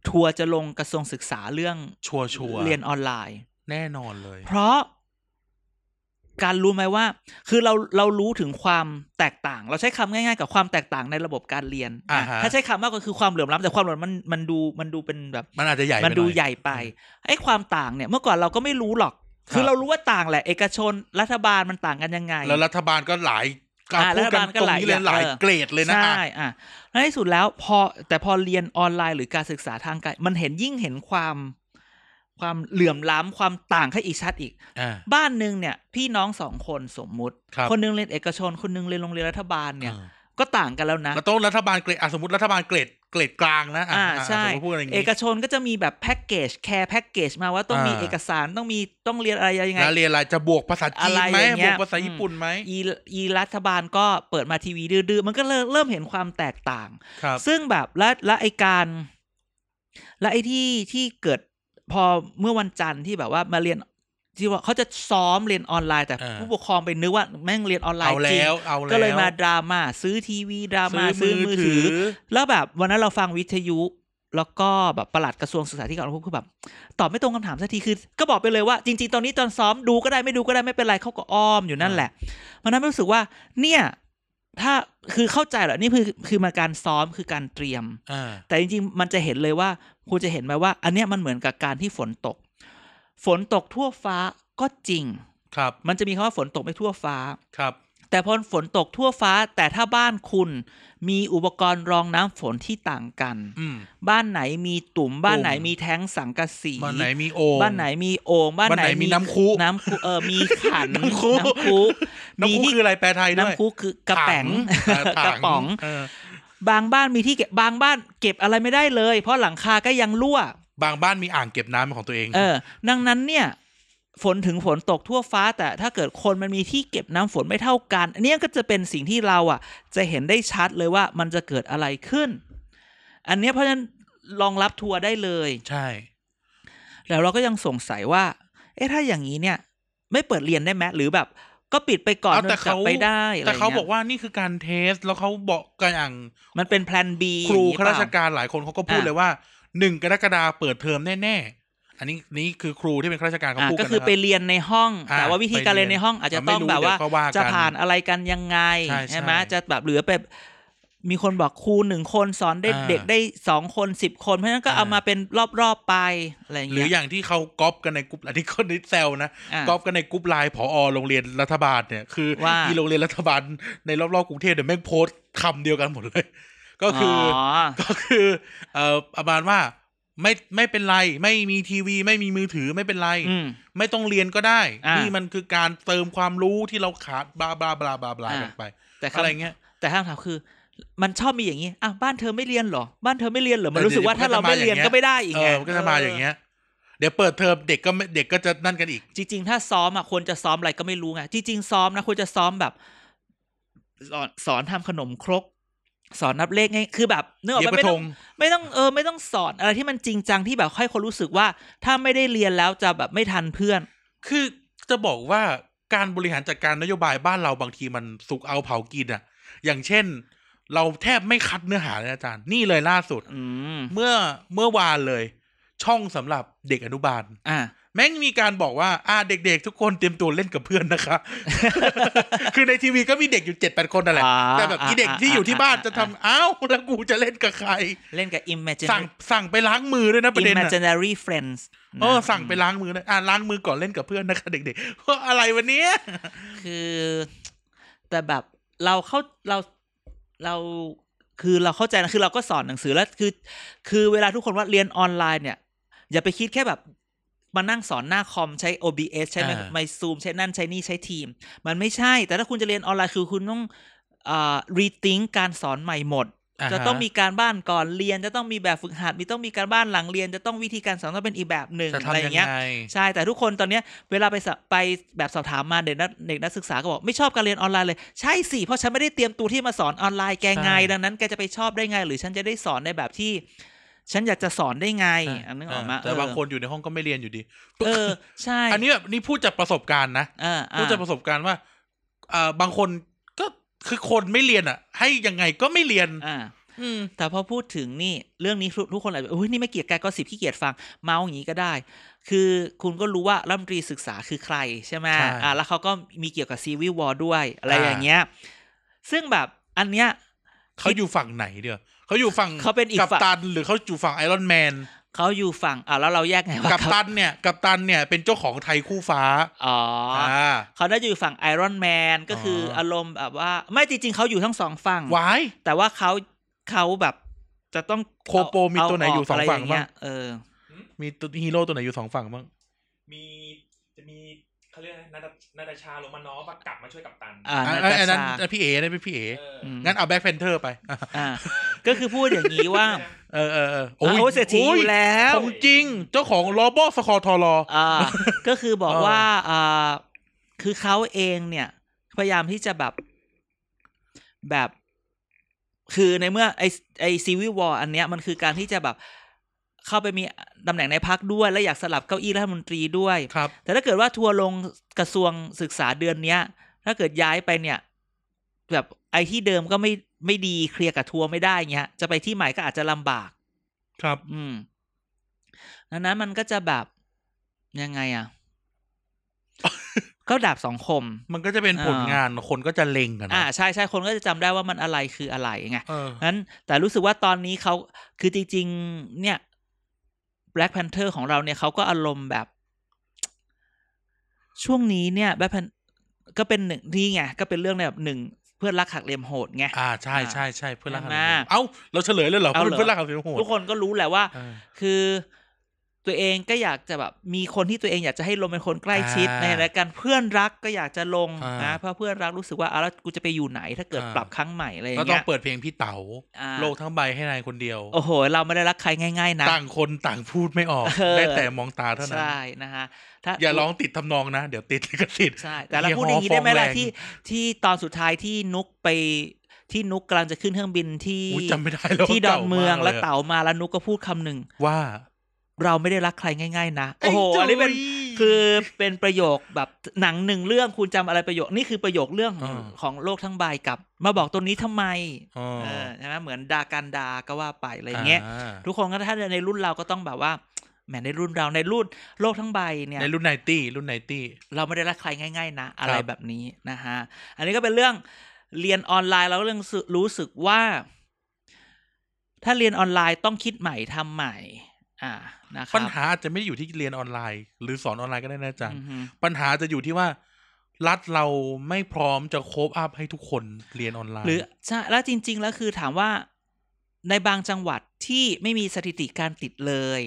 S1: ทัวร์จะลงกระทรวงศึกษาเรื่อง
S2: ชัวชัว
S1: เรียนออนไลน์
S2: แน่นอนเลย
S1: เพราะการรู้ไหมว่า คือเราเรารู้ถึงความแตกต่าง เราใช้คำง่ายๆ กับความแตกต่างในระบบการเรียน
S2: อ่าฮะ
S1: ถ้าใช้คำมากก็คือความเหลื่อมล้ำแต่ความเหลื่อมล้ำมันมันดูมันดูเป็นแบบ
S2: มันอาจจะใหญ่ไป
S1: มันดู
S2: น่อย
S1: ใหญ่ไปไอ้ความต่างเนี่ย เมื่อก่อนเราก็ไม่รู้หรอก
S2: ครับ
S1: คือเรารู้ว่าต่างแหละ เอกชนรัฐบาลมันต่างกันยังไง
S2: แล้วรัฐบาลก็หลาย
S1: อ่า
S2: พูด
S1: รั
S2: กั
S1: ฐา
S2: บ
S1: น ลก็ห
S2: ตรง
S1: ลาย
S2: นี้เลยหลาย
S1: อย่าง
S2: เกรดเลยนะอ่ะ
S1: ใช่ อ่ะในที่สุดแล้วพอแต่พอเรียนออนไลน์หรือการศึกษาทางไกลมันเห็นยิ่งเห็นความ ความเหลื่อมล้ำความต่างขึ้นอีกชัดอีก
S2: อ่า
S1: บ้านหนึ่งเนี่ย พี่น้องสองคนสมมุติ
S2: ครับ
S1: คนหนึงเรียนเอกชน คนหนึงเรียนโรงเรียนรัฐบาลเนี่ย
S2: อ่า
S1: ก็ต่างกันแล้วนะ
S2: แล้วต้องรัฐบาลเกรดอ่ะสมมติรัฐบาลเกรดเกรดกลางนะอ่ะ
S1: อ่า
S2: อ่ะ
S1: ใช่
S2: สมมติพูดอะไรอย่าง
S1: เอ
S2: งี้
S1: กชนก็จะมีแบบแพ็กเกจแคร์แพ็กเกจมาว่าต้องมี
S2: อ่า
S1: เอกสารต้องมีต้องเรียนอะไรยังไง
S2: แล้วเรียนอะไรจะบวกภาษาจีนไหม
S1: อะไรอย่างเงี้
S2: บวย กภาษาญี่ปุ่นไหม
S1: อีอีรัฐบาลก็เปิดมาทีวีดื้อๆมันก็เริ่มเริ่มเห็นความแตกต่าง
S2: ครับ
S1: ซึ่งแบบและและไอการ และไอที่ที่เกิดพอเมื่อวันจันทร์ที่แบบว่ามาเรียนที่ว่าเขาจะซ้อมเรียนออนไลน์แต่
S2: อ่า
S1: ผู้ปกครองไปนึกว่าแม่งเรียนออนไล
S2: เอา
S1: น์จริง
S2: แล้วเอาแล้ว
S1: ก็เลยมาดราม่าซื้อทีวีดราม่าซื้อมือถือ แล้วแบบวันนั้นเราฟังวิทยุ แล้วก็แบบประหลัดกระทรวงศึกษาธิการพูดคือแบบตอบไม่ตรงคำถามสักทีคือ ก็บอกไปเลยว่าจริง ๆ ตอนนี้ตอนซ้อมดูก็ได้ไม่ดูก็ได้ไม่เป็นไรเขาก็อ้อมอยู่นั่นแหละมันนั้นรู้สึกว่า เนี่ย ถ้าคือเข้าใจแหละนี่คือคือมาการซ้อมคือการเตรียม
S2: อ่า
S1: แต่จริงๆ มันจะเห็นเลยว่าคุณจะเห็นไหมว่า อันเนี้ยมันเหมือนกับการที่ฝนตก ฝนตกทั่วฟ้าก็จริง
S2: ครับ
S1: มันจะมีคำว่าฝนตกไม่ทั่วฟ้า
S2: ครับ
S1: แต่พอฝนตกทั่วฟ้า แต่ถ้าบ้านคุณมีอุปกรณ์รองน้ำฝนที่ต่างกัน
S2: อืม
S1: บ้านไหนมีตุ่มบ้านไหน
S2: ตุ่ม
S1: มีแท้งสังกะสี
S2: บ้านไหนมีโอ่ง
S1: บ้านไหนมีโอ่งบ้าน
S2: บ้านไหนมีน้ำคุ
S1: น้ำคุเออมีขัน
S2: น้ำคุ
S1: คุ
S2: น้ำคุ
S1: มี
S2: คืออะไรแปลไทย
S1: ที่
S2: ด้วย
S1: น้ำคุคือกระแป๋ง
S2: ถัง
S1: กระป๋อง
S2: เ
S1: บางบ้านมีที่เก็บบางบ้านเก็บอะไรไม่ได้เลย เพราะหลังคาก็ยังรั่ว
S2: บางบ้านมีอ่างเก็บน้ำเป็นของตัวเอง
S1: เออ ดังนั้นเนี่ย ฝนถึงฝนตกทั่วฟ้า แต่ถ้าเกิดคนมันมีที่เก็บน้ำฝนไม่เท่ากัน อันเนี้ยก็จะเป็นสิ่งที่เราอ่ะ จะเห็นได้ชัดเลยว่ามันจะเกิดอะไรขึ้น อันเนี้ยเพราะฉะนั้นรองรับทัวร์ได้เลย
S2: ใช่
S1: แล้วเราก็ยังสงสัยว่า เอ๊ะถ้าอย่างนี้เนี่ย ไม่เปิดเรียนได้ไหมหรือแบบ ก็ปิดไปก่อน
S2: เอา
S1: จน
S2: แต่
S1: กลับ
S2: เขา
S1: ไปได้อะไร
S2: แต่เขาบ
S1: เงี้
S2: อก
S1: ย
S2: ว่านี่คือการเทส แล้วเขาบอกกันอย่าง
S1: มันเป็นแพลน B
S2: ครู
S1: อย่งนี้
S2: ข้ารา
S1: เป
S2: ช
S1: ล่
S2: การหลายคนเขาก็พูด
S1: อ่ะ
S2: เลยว่าหนึ่งกรกฎาเปิดเทอมแน่ๆ อันนี้นี่คือครูที่เป็นข้าราชการเขา
S1: อ่ะ
S2: พูด
S1: ก็
S2: กัน
S1: คือ
S2: นะ
S1: ไป
S2: รับ
S1: เรียนในห้อง
S2: อ่ะ
S1: แต่ว่าวิธีการเรียนในห้องอาจจะต้องแบบว่า
S2: ไม่รู้เดี๋ยวก็ว่ากัน
S1: จะผ่านอะไรกันยังไง
S2: ใช่ใช่
S1: ไหมจะแบบเหลือแบบมีคนบอกครูหนึ่งคนสอนได้
S2: อ่า
S1: เด็กได้สองคนสิบคนเพราะฉะนั้นก็เอา
S2: อ่าม
S1: มาเป็นรอบๆไปอะไรอย่าง
S2: หรืออ
S1: เงี้ย
S2: ย่างที่เขาก๊อปกันในกลุ่มอันนี้คนนิดแซวนะ
S1: อ่ะ
S2: ก๊อปกันในกรุ๊ปไลน์ผอโรงเรียนรัฐบาลเนี่ยคือ
S1: ว่า
S2: อีโรงเรียนรัฐบาลในรอบๆกรุงเทพเนี่ยแม่งโพสต์คำเดียวกันหมดเลย ก็คืออ
S1: อ
S2: ก็คือเอ่อประมาณว่าไม่ไม่เป็นไร ไม่มีทีวี ไม่มีมือถือไม่เป็นไร
S1: อืม
S2: ไม่ต้องเรียนก็ได้
S1: อ่านี่
S2: นี่มันคือการเติมความรู้ที่เราขาดบลาบลาบลาบลาบลา
S1: อ่า
S2: กันไป
S1: แต่คำ
S2: อะไรเงี้ย
S1: แต่คำถามคือ มันชอบมีอย่างนี้อ่ะบ้านเธอไม่เรียนเหรอ บ้านเธอไม่เรียนเหรอ มัน
S2: เออ
S1: รู้สึกว่า
S2: เดี๋ยว
S1: ถ้าเราไม่
S2: มันก็จะมา
S1: เรียน
S2: อย่างเงี้ย
S1: ก็ไม่ได้อีก
S2: เอ
S1: ไง
S2: อมันก็จะมาอย่างเงี้ย เดี๋ยวเปิดเทอมเด็กก็ไม่เด็กก็จะนั่นกันอีก
S1: จริง ๆ ถ้าซ้อมอ่ะควรจะซ้อมอะไรก็ไม่รู้ไงจริงๆซ้อมนะควรจะซ้อมแบบ สอนสอนทำขนมครก สอนนับเลขไงคือแบบเนื้อออก
S2: เดี๋ย
S1: ปะไม่
S2: วประท
S1: ต้อง
S2: ง
S1: ไม่ต้องเออไม่ต้องสอนอะไรที่มันจริงจังที่แบบให้คนรู้สึกว่า ถ้าไม่ได้เรียนแล้วจะแบบไม่ทันเพื่อน
S2: คือจะบอกว่าการบริหารจัดการนโยบายบ้านเราบางทีมันสุกเอาเผากินอะอย่างเช่น เราแทบไม่คัดเนื้อหาเลยนะอาจารย์ นี่เลยล่าสุด
S1: อืม
S2: เมื่อเมื่อวานเลย ช่องสำหรับเด็กอนุบาล
S1: อ่ะ
S2: แม่งมีการบอกว่า อ่าเด็กๆ ทุกคนเตรียมตัวเล่นกับเพื่อน นะคะ คือในทีวีก็มีเด็กอยู่เจ็ดแปดคนนั่นแหละ
S1: อ่า
S2: แต่แบบอีเด็กที่อยู่ที่บ้านจะ
S1: อ่า
S2: ทำ
S1: อ่า
S2: อ้าวแล้วกูจะเล่นกับใคร
S1: เล่นกับ
S2: สั่ง
S1: imaginary
S2: สั่งไปล้างมือด้วยนะประเด็นน่ะ
S1: imaginary friends นะ
S2: เออสั่งไปล้างมือนะอ่าล้างมือก่อนเล่นกับเพื่อนนะคะเด็กๆ ว่าอะไรวันนี้
S1: คือแต่แบบเราเข้าเราเราคือเราเข้าใจนะคือเราก็สอนหนังสือแล้วคือ คือเวลาทุกคนว่าเรียนออนไลน์เนี่ย อย่าไปคิดแค่แบบมานั่งสอนหน้าคอมใช้ OBS ใช้
S2: อ่า
S1: ไมซูมใช้นั่นใช้นี่ใช้ทีม มันไม่ใช่ แต่ถ้าคุณจะเรียนออนไลน์คือคุณต้องอ่า rethink การสอนใหม่หมด จะต้องมีการบ้านก่อนเรียนจะต้องมีแบบฝึกหัดมีต้องมีการบ้านหลังเรียน จะต้องวิธีการสอนต้องเป็นอีกแบบหนึ่ง
S2: จะ
S1: อะไรอ
S2: ทำยั
S1: ย่าง งเงี้ย
S2: ไง
S1: ใช่ แต่ทุกคนตอนเนี้ยเวลาไปสะไปแบบสอบถามมาเด็กนักเด็กนักศึกษาก็บอก ไม่ชอบการเรียนออนไลน์เลย ใช่สิ เพราะฉันไม่ได้เตรียมตัวที่มาสอนออนไลน์แกไง
S2: ใช่
S1: ดังนั้นแกจะไปชอบได้ไง หรือฉันจะได้สอนในแบบที่ ฉันอยากจะสอนได้ไงอันนึกออกมา
S2: าแต่บางคนอยู่ในห้องก็ไม่เรียนอยู่ดี
S1: เอ อ ใช่
S2: อันนี้แบบนี่พูดจากประสบการณ์นะ
S1: เอออ่ะ
S2: พูดจากประสบการณ์ว่าอ่าบางคนก็คือคนไม่เรียนอ่ะ ให้ยังไงก็ไม่เรียน
S1: อ่า
S2: อืม
S1: แต่พอพูดถึงนี่เรื่องนี้ทุกทุกคนอาจจะโอ้ยนี่ไม่เกียดกันก็สิบขี้เกียจฟังเมาส์อย่างนี้ก็ได้ คือคุณก็รู้ว่ารัฐมนตรีศึกษาคือใครใช่ไหม
S2: ใช่
S1: อ่าแล้วเขาก็มีเกี่ยวกับซีวิววอด้วยอะไร
S2: อ่า
S1: อย่างเงี้ยซึ่งแบบอันเนี้ย
S2: เขาอยู่ฝั่งไหนเดียวเขาอยู่ฝั่ง
S1: เขาเป็นอีก
S2: กัป
S1: ฝั่ง
S2: ตัน หรือเขาอยู่ฝั่งไอรอนแมน
S1: เขาอยู่ฝั่งอ่าแล้วเราแยกไงว่า
S2: กัป
S1: เขา
S2: ตันเนี่ย กัปตันเนี่ยเป็นเจ้าของไทยคู่ฟ้า
S1: อ๋ออ
S2: อ่า
S1: เขาได้อยู่ฝั่งไอรอนแมนก็คืออ
S2: อ
S1: อารมณ์แบบว่า ไม่จริงๆเขาอยู่ทั้งสองฝั่ง
S2: วาย
S1: แต่ว่าเขาเขาแบบจะต้อง
S2: โคโปมี
S1: เา
S2: ตัวไหนอยู่สองฝั่ง
S1: เากะไรย่าเงี้ย
S2: บ้าง
S1: เออ
S2: มีตัวฮีโร่ตัวไหนอยู่สองฝั่งบ้าง
S3: มีจะมีเขาเรียกอะไรนะนาตานาตาชาโรมานอฟอะกลับมาช่วยกับตัน
S1: อ่านา
S2: อ่ะ
S1: ตา
S2: ไอ้ไอ้นั้น
S1: ชา
S2: ไอ้พี่เอ๋นั่นเป็นพี่เอ๋
S3: เออ
S1: ม
S2: งั้นเอาแบ็คแพนเทอร์ไป
S1: อ่า ก็คือพูดอย่างนี้ว่า
S2: เออเออเออ
S1: โอ้ยเศรษฐีอยู่แล้ว
S2: ของจริง เจ้าของลอบอสคอทอรอ
S1: อ่าก็คือบอก
S2: เออ
S1: ว่าอ่าคือเขาเองเนี่ย พยายามที่จะแบบแบบ คือในเมื่อไอไอซีวิวออันเนี้ยมันคือการที่จะแบบ เข้าไปมีตำแหน่งในพักด้วย และอยากสลับเก้าอี้รัฐมนตรีด้วย
S2: ครับ
S1: แต่ถ้าเกิดว่าทัวร์ลงกระทรวงศึกษาเดือนเนี้ย ถ้าเกิดย้ายไปเนี่ย แบบไอที่เดิมก็ไม่ไม่ดีเคลียร์กับทัวร์ไม่ได้เงี้ยจะไปที่ใหม่ก็อาจจะลำบาก
S2: ครับ
S1: อืมดังนั้นมันก็จะแบบยังไง อ่ะ ก็ดาบสองคม
S2: มันก็จะเป็นผลงานคนก็จะเล็งกันนะ
S1: อ่าใช่ใช่คนก็จะจำได้ว่ามันอะไรคืออะไรไง
S2: เออ
S1: นั้น แต่รู้สึกว่าตอนนี้เขาคือจริง ๆ เนี่ย Black Panther ของเราเนี่ยเขาก็อารมณ์แบบ ช่วงนี้เนี่ย Black Panther ก็เป็นหนึ่งนี่ไงก็เป็นเรื่องในแบบหนึ่งเพื่อนรักหักเหลี่ยมโหดไง
S2: อ่าใช่ใช่ใช่เพื่อนรักหักเหลี่ยม
S1: อ่า
S2: โหดเอ้าเราเฉลยเลยเหรอ
S1: เอาเหรอ
S2: เพื่อนรักหักเหลี่ยมโหด
S1: ทุกคนก็รู้แหละว่า
S2: เออ
S1: คือตัวเองก็อยากจะแบบมีคนที่ตัวเองอยากจะให้ลงเป็นคนใกล้ชิด
S2: อ่า
S1: ในรายการเพื่อนรักก็อยากจะลง
S2: อ่าน
S1: นะเพราะเพื่อนรักรู้สึกว่าอ้าวแล้วกูจะไปอยู่ไหน ถ้าเกิด
S2: อ่า
S1: ปรับครั้งใหม่อะไรอย่า
S2: ก็
S1: ง
S2: ต้อ
S1: เงี้
S2: ง
S1: ย
S2: เปิดเพลงพี่เต๋า
S1: อ่า
S2: โลกทั้งใบให้นายคนเดียว
S1: โอ้โห เราไม่ได้รักใครง่ายๆนะ
S2: ต่างคนต่างพูดไม่ออก
S1: เออ
S2: ได้แต่มองตาเท่านั้น
S1: ใช่นะฮะถ้า
S2: อย่าร้องติดทำนองนะ เดี๋ยวติดลิขสิทธิ์
S1: ใช่แต่เรา
S2: เฮีย
S1: พูดอย่างนี้ได้ไหมล่ะ
S2: ฮอฟ้องแรง
S1: ที่ที่ตอนสุดท้ายที่นุกไปที่นุกกำลังจะขึ้นเครื่องบินที่
S2: อุ๊ยจำไม่ได้แล้ว
S1: ที่ดอน
S2: ก่าาก
S1: เมือง
S2: ย
S1: แล้วเต๋ามาแล้วนุกก็พูดคำหนึ่ง
S2: ว่า
S1: เราไม่ได้รักใครง่าย ๆ นะโอ้โหอันนี้เป็น คือเป็นประโยคแบบหนังหนึ่งเรื่องคุณจำอะไรประโยคนี่คือประโยคเรื่องของ
S2: อ่า
S1: ของโลกทั้งใบกับ มาบอกตัวนี้ทำไม
S2: อ๋อ
S1: เออใช่ไหมเหมือนดาการดาก็ว่าไปอะไรอย่างเงี้ย
S2: า
S1: ทุกคนก็ถ้าในรุ่นเราก็ต้องแบบว่าแหมในรุ่นเราในรุ่นโลกทั้งใบเนี่ย
S2: ในรุ่นไนตี้รุ่นไนตี้
S1: เราไม่ได้รักใครง่าย ๆ นะ อะไร
S2: ครับ
S1: แบบนี้นะฮะอันนี้ก็เป็นเรื่องเรียนออนไลน์เราก็เรื่องสึกรู้สึกว่า ถ้าเรียนออนไลน์ต้องคิดใหม่ทำใหม่ อ่านะครั
S2: ปัญหาอาจจะไม่ได้อยู่ที่เรียนออนไลน์ หรือสอนออนไลน์ก็ได้นะอาจาร
S1: อื
S2: ย์
S1: อฮึ
S2: ปัญหาจะอยู่ที่ว่า รัฐเราไม่พร้อมจะโคบอัพให้ทุกคนเรียนออนไลน์
S1: หรือใช่แล้วจริง ๆ แล้วคือถามว่าในบางจังหวัดที่ไม่มีสถิติการติดเลย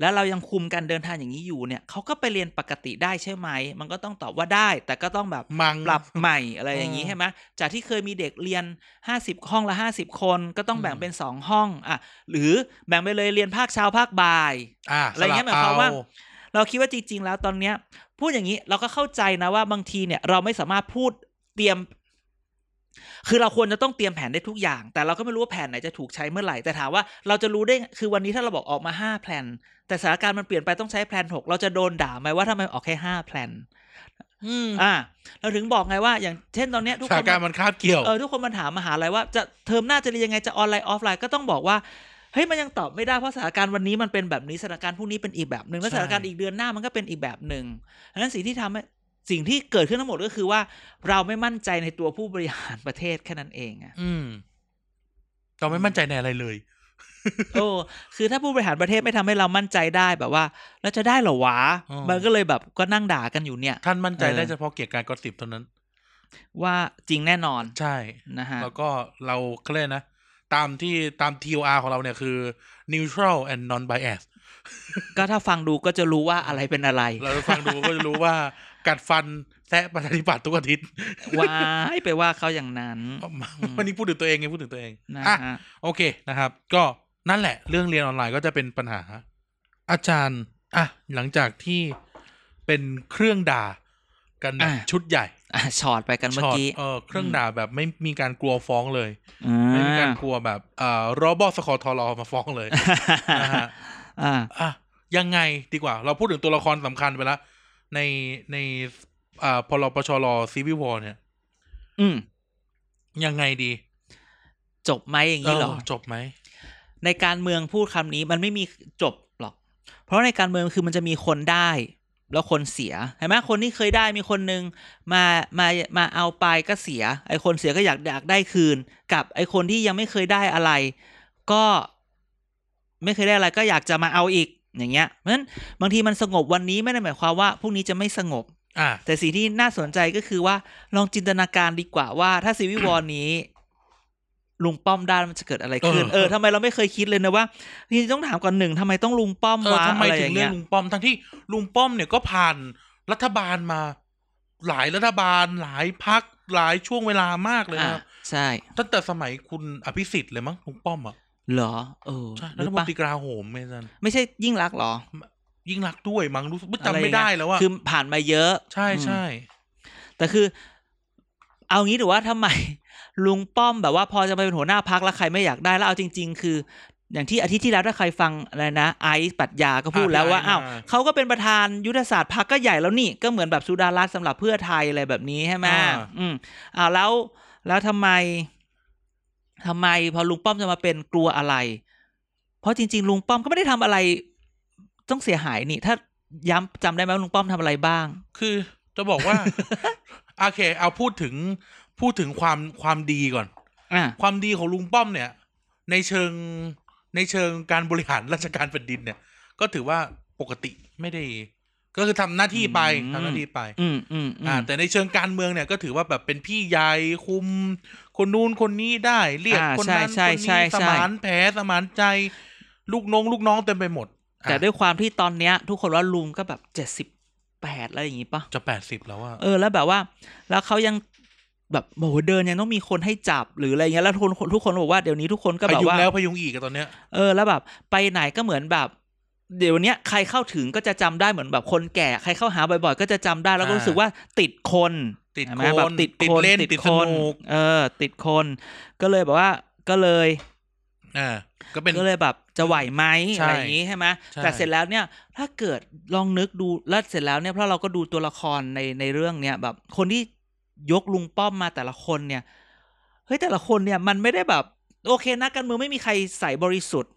S1: แล้วเรายังคุมการเดินทางอย่างนี้อยู่เนี่ยเขาก็ไปเรียนปกติได้ใช่ไหม มันก็ต้องตอบว่าได้ แต่ก็ต้องแบบ
S2: มัง
S1: ปรับใหม่อะไรอย่างนี้
S2: เออ
S1: ใช่ไหมจากที่เคยมีเด็กเรียน 50 ห้องละ 50 คน ก็ต้องแบ่ง
S2: อืม
S1: เป็น 2 ห้องอ่ะหรือแบ่งไปเลยเรียนภาคเช้าภาคบ่าย
S2: อ่า
S1: อะไรเงี้ยหมายความว่า เราคิดว่าจริง ๆ แล้วตอนเนี้ย พูดอย่างนี้เราก็เข้าใจนะว่าบางทีเนี่ย เราไม่สามารถพูดเตรียม คือเราควรจะต้องเตรียมแผนได้ทุกอย่าง แต่เราก็ไม่รู้ว่าแผนไหนจะถูกใช้เมื่อไหร่แต่ถามว่าเราจะรู้ได้คือวันนี้ถ้าเราบอกออกมาห้าแผนแต่สถานการณ์มันเปลี่ยนไปต้องใช้แผนหกเราจะโดนด่าไหมว่าทำไมออกแค่ห้าแผน
S2: อืม
S1: อ่า เราถึงบอกไงว่า อย่างเช่นตอนเนี้ยทุก
S2: สถา
S1: คน น
S2: การณ์มันคาบเกี่ยว
S1: เออทุกคนมันถามมหาลัยว่าจะเทอมหน้าจะเรียนยังไงจะออนไลน์ออฟไลน์ก็ต้องบอกว่าเฮ้ยมันยังตอบไม่ได้เพราะสถานการณ์วันนี้มันเป็นแบบนี้สถานการณ์พรุ่งนี้เป็นอีกแบบหนึ่งแล้ว
S2: ใช่
S1: สถานการณ์อีกเดือนหน้ามันก็เป็นอีกแบบหนึ่งดังนั้นสิ่งที่ทำให้สิ่งที่เกิดขึ้นทั้งหมดก็คือว่า เราไม่มั่นใจในตัวผู้บริหารประเทศแค่นั้นเอง อะ
S2: อืมเราไม่มั่นใจในอะไรเลย
S1: โอ้คือถ้าผู้บริหารประเทศไม่ทำให้เรามั่นใจได้แบบว่าเราจะได้เหรอวะ
S2: อ๋อ
S1: มันก็เลยแบบก็นั่งด่ากันอยู่เนี่ย
S2: ท่านมั่นใจ
S1: เออ
S2: ได้เฉพาะเกี่ยวกับการกอสิบเท่านั้น
S1: ว่าจริงแน่นอน
S2: ใช่
S1: นะฮะ
S2: แล้วก็เราเขาเรียกนะ ตามที่ตาม TOR ของเราเนี่ยคือ neutral and non bias
S1: ก็ถ้าฟังดูก็จะรู้ว่าอะไรเป็นอะไร
S2: เราฟังดู ก็จะรู้ว่ากัดฟันแซะประชาธิปัตย์ทุกอาทิตย์
S1: ว้ายไปว่าเขาอย่างนั้น ม
S2: วันนี้พูดถึงตัวเองไงพูดถึงตัวเอง
S1: นะ
S2: อ่ะ
S1: ฮะ
S2: โอเคนะครับ ก็นั่นแหละ เรื่องเรียนออนไลน์ก็จะเป็นปัญหา อาจารย์อ่ะหลังจากที่เป็นเครื่องด่ากันแบบ
S1: อ่ะ
S2: ชุดใหญ่
S1: อ่ะช็อตไปกันเมื่อ
S2: ช็อต
S1: กี้
S2: เออเครื่องด่าแบบไม่มีการกลัวฟ้องเลย
S1: อ่า
S2: ไม่มีการกลัวแบบเอ่อรอบอสคอทอรอมาฟ้องเลย นะฮะ
S1: อ่า
S2: อ่ะยังไงดีกว่า เราพูดถึงตัวละครสำคัญไปแล้วในในอ่าพลปชรซีวิวอเนี่ย
S1: อืม
S2: ยังไงดี
S1: จบไหมอย่างนี้เหรอ
S2: เออจบไหม
S1: ในการเมืองพูดคำนี้มันไม่มีจบหรอก เพราะในการเมืองคือมันจะมีคนได้ แล้วคนเสียเห็นไหมคนที่เคยได้มีคนหนึ่งมามามาเอาไปก็เสีย ไอ้คนเสียก็อยากอยากได้คืน กับไอ้คนที่ยังไม่เคยได้อะไร ก็ไม่เคยได้อะไรก็อยากจะมาเอาอีกอย่างเงี้ยเพราะฉะนั้นบางทีมันสงบวันนี้ไม่ได้หมายความว่าพรุ่งนี้จะไม่สงบ
S2: อ่ะ
S1: แต่สิ่งที่น่าสนใจก็คือว่าลองจินตนาการดีกว่าว่าถ้าซีวิวอร์นี้ ลุงป้อมได้มันจะเกิดอะไรขึ้น เออทำไมเราไม่เคยคิดเลยนะว่าจริงๆต้องถามก่อนหนึ่งทำไมต้องลุงป้อม
S2: เออ
S1: วะ
S2: ทำไม
S1: อะไรอ
S2: ถึง
S1: ย่าง
S2: เลือ
S1: เงี้ย
S2: กลุงป้อม ทั้งที่ลุงป้อมเนี่ยก็ผ่านรัฐบาลมา หลายรัฐบาล หลายพักหลายช่วงเวลามากเลย
S1: อ่า
S2: นะ
S1: ใช่
S2: ตั้งแต่สมัยคุณอภิสิทธิ์เลยมั้งลุงป้อมอ่ะ
S1: เหรอเออ
S2: ใช่
S1: ห
S2: รั
S1: รื
S2: ฐ
S1: อ
S2: มน
S1: ปะ
S2: ตรีกลาโหมไม่จัน
S1: ไม่ใช่ยิ่งรักษณ์เหรอ
S2: ยิ่งรักษณ์ด้วยมั้งรู้สึก
S1: อะรอ
S2: จำ
S1: ย่าง
S2: ไม่
S1: เงี้ย
S2: ได้แล้วว่า
S1: คือผ่านมาเยอะ
S2: ใช่ใช่
S1: แต่คือ เอางี้หรือว่าทำไม ลุงป้อมแบบว่าพอจะไปเป็นหัวหน้าพักแล้วใครไม่อยากได้แล้วเอาจริง ๆ คือ อย่างที่อาทิตย์ที่แล้วถ้าใครฟังอะไรนะไอซ์ปรัตยาก็พูดแล้วว่าอ้าวเขาก็เป็นประธานยุทธศาสตร์พักก็ใหญ่แล้วนี่ก็เหมือนแบบสุดารัตน์สำหรับเพื่อไทยอะไรแบบนี้ใช่ไหมอืมอ้าวแล้วแล้วทำไมทำไมพอลุงป้อมจะมาเป็นกลัวอะไร เพราะจริง ๆ ลุงป้อมก็ไม่ได้ทำอะไร ต้องเสียหายนี่ ถ้าย้ำจำได้ไหมว่าลุงป้อมทำอะไรบ้าง
S2: คือจะบอกว่า โอเค เอาพูดถึงพูดถึงความความดีก่อน
S1: อ่ะ
S2: ความดีของลุงป้อมเนี่ย ในเชิงในเชิงการบริหารราชการแผ่นดินเนี่ย ก็ถือว่าปกติไม่ได้ ก็คือทำหน้าที่ไป
S1: อืม
S2: ทำหน้าที่ไป
S1: อืมอืม
S2: อ่า แต่ในเชิงการเมืองเนี่ยก็ถือว่าแบบเป็นพี่ใหญ่คุม คนนู้นคนนี้ได้เรียก
S1: อ่า
S2: คน
S1: ใช่
S2: นั้น
S1: ใช่
S2: คน
S1: ใช่
S2: นี้ส
S1: ใช่
S2: มานแผลสมานใจ ลูกน้องลูกน้องเต็มไปหมด
S1: แต่ด้วยความที่ตอนเนี้ย ทุกคนว่าลุงก็แบบเจ็ดสิบแปดอะไรอย่างงี้ปะ
S2: จะแปดสิบแล้วว่า
S1: เออแล้วแบบว่า แล้วเขายังแบบโอ้โหเดินยังต้องมีคนให้จับหรืออะไรเงี้ยแล้วทุกคนทุกคนบอกว่าเดี๋ยวนี้ทุกคนก็
S2: พ
S1: แบบ
S2: ยุง
S1: ว่า
S2: แล้วพยุงอีกอะตอนเนี้ย
S1: เออแล้วแบบ ไปไหนก็เหมือนแบบ เดี๋ยวเนี้ยใครเข้าถึงก็จะจำได้เหมือนแบบคนแก่ใครเข้าหาบ่อยๆ ก็จะจำได้แล้วก็
S2: อ่า
S1: รู้สึกว่าติดคน
S2: ติด
S1: ใช่ไหม
S2: คน
S1: แบบติด
S2: ติด
S1: คน
S2: เล่นติดสนุก
S1: เออ ติดคน ก็เลยแบบว่าก็เลย
S2: อ่า ก็เป็น
S1: ก็เลยแบบจะไหวไหม
S2: ใช่
S1: อะไรอย่างนี้ใช่ไหม
S2: ใช่
S1: แต่เสร็จแล้วเนี่ย ถ้าเกิดลองนึกดูแล้วเสร็จแล้วเนี่ยเพราะเราก็ดูตัวละครในในเรื่องเนี่ยแบบคนที่ยกลุงป้อมมาแต่ละคนเนี่ยเฮ้ยแต่ละคนเนี่ยมันไม่ได้แบบ โอเคนะการเมืองไม่มีใครใสบริสุทธิ์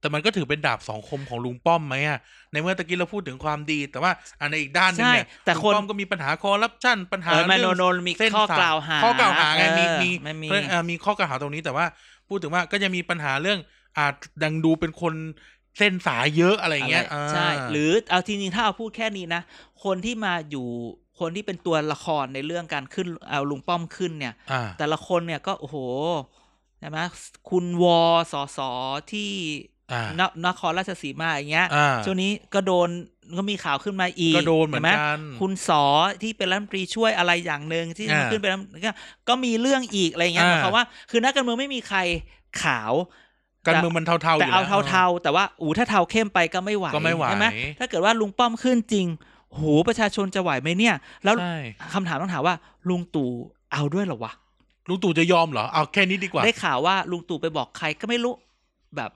S2: แต่มันก็ถือเป็นดาบสองคมของลุงป้อมไหมอ่ะ ในเมื่อตะกี้เราพูดถึงความดี แต่ว่าอันในอีกด้านหนึงเนี่ย
S1: ใช่แต่คน
S2: ลุงป้อมก็มีปัญหาคอร์รัปชันปัญหา
S1: เออมัน
S2: เรื่
S1: โน
S2: อง
S1: โนนมี
S2: เส้น
S1: ข้อ
S2: สย
S1: กล่าวหา
S2: ข้อกล่าวหาไงมี
S1: เออ
S2: มี
S1: ไม่มี
S2: เรื่องเอ่อมีข้อกล่าวหาตรงนี้แต่ว่าพูดถึงว่าก็จะมีปัญหาเรื่องอาจดังดูเป็นคนเส้นสายเยอะอะไรอย่างเงี้ย
S1: อะไร
S2: อ่า
S1: ใช่ หรือเอาจริงๆถ้าเอาพูดแค่นี้นะ คนที่มาอยู่คนที่เป็นตัวละครในเรื่องการขึ้นเอาลุงป้อมขึ้นเนี่ย
S2: อ่า
S1: แต่ละคนเนี่ยก็โอ้โหใช่ไหมคุณวอสอสอที่
S2: อ่าน
S1: นครราชสีมาอย่างเงี้ย
S2: อ่า
S1: ช่วงนี้ก็โดนก็มีข่าวขึ้นมาอีก
S2: ก็โดนเหมือนกัน
S1: ใช่ไคุณสอที่เป็นรัฐมนตรีช่วยอะไรอย่างหนึ่งที่
S2: อ่า
S1: ขึ้นไปแล้วก็มีเรื่องอีกอะไรเงี้ย
S2: อ่า
S1: หมายความว่าคือนักการเมืองไม่มีใครขาว
S2: การเมืองมันเทาๆ
S1: แต่
S2: ยู่
S1: เอา
S2: แล้ว
S1: เทาๆแต่ว่าอูถ้าเทาเข้มไปก็ไม่ไหว
S2: ก็ไม่ไหว
S1: ใช่ไหมถ้าเกิดว่าลุงป้อมขึ้นจริงโหประชาชนจะไหวไหมเนี่ย แล้ว
S2: ใช่
S1: คำถามต้องถามว่าลุงตู่เอาด้วยเหรอวะ
S2: ลุงตู่จะยอมเหรอเอาแค่นี้ดีกว่า
S1: ได้ข่าวว่าลุงตู่ไปบอกใครก็ไม่รู้แบบ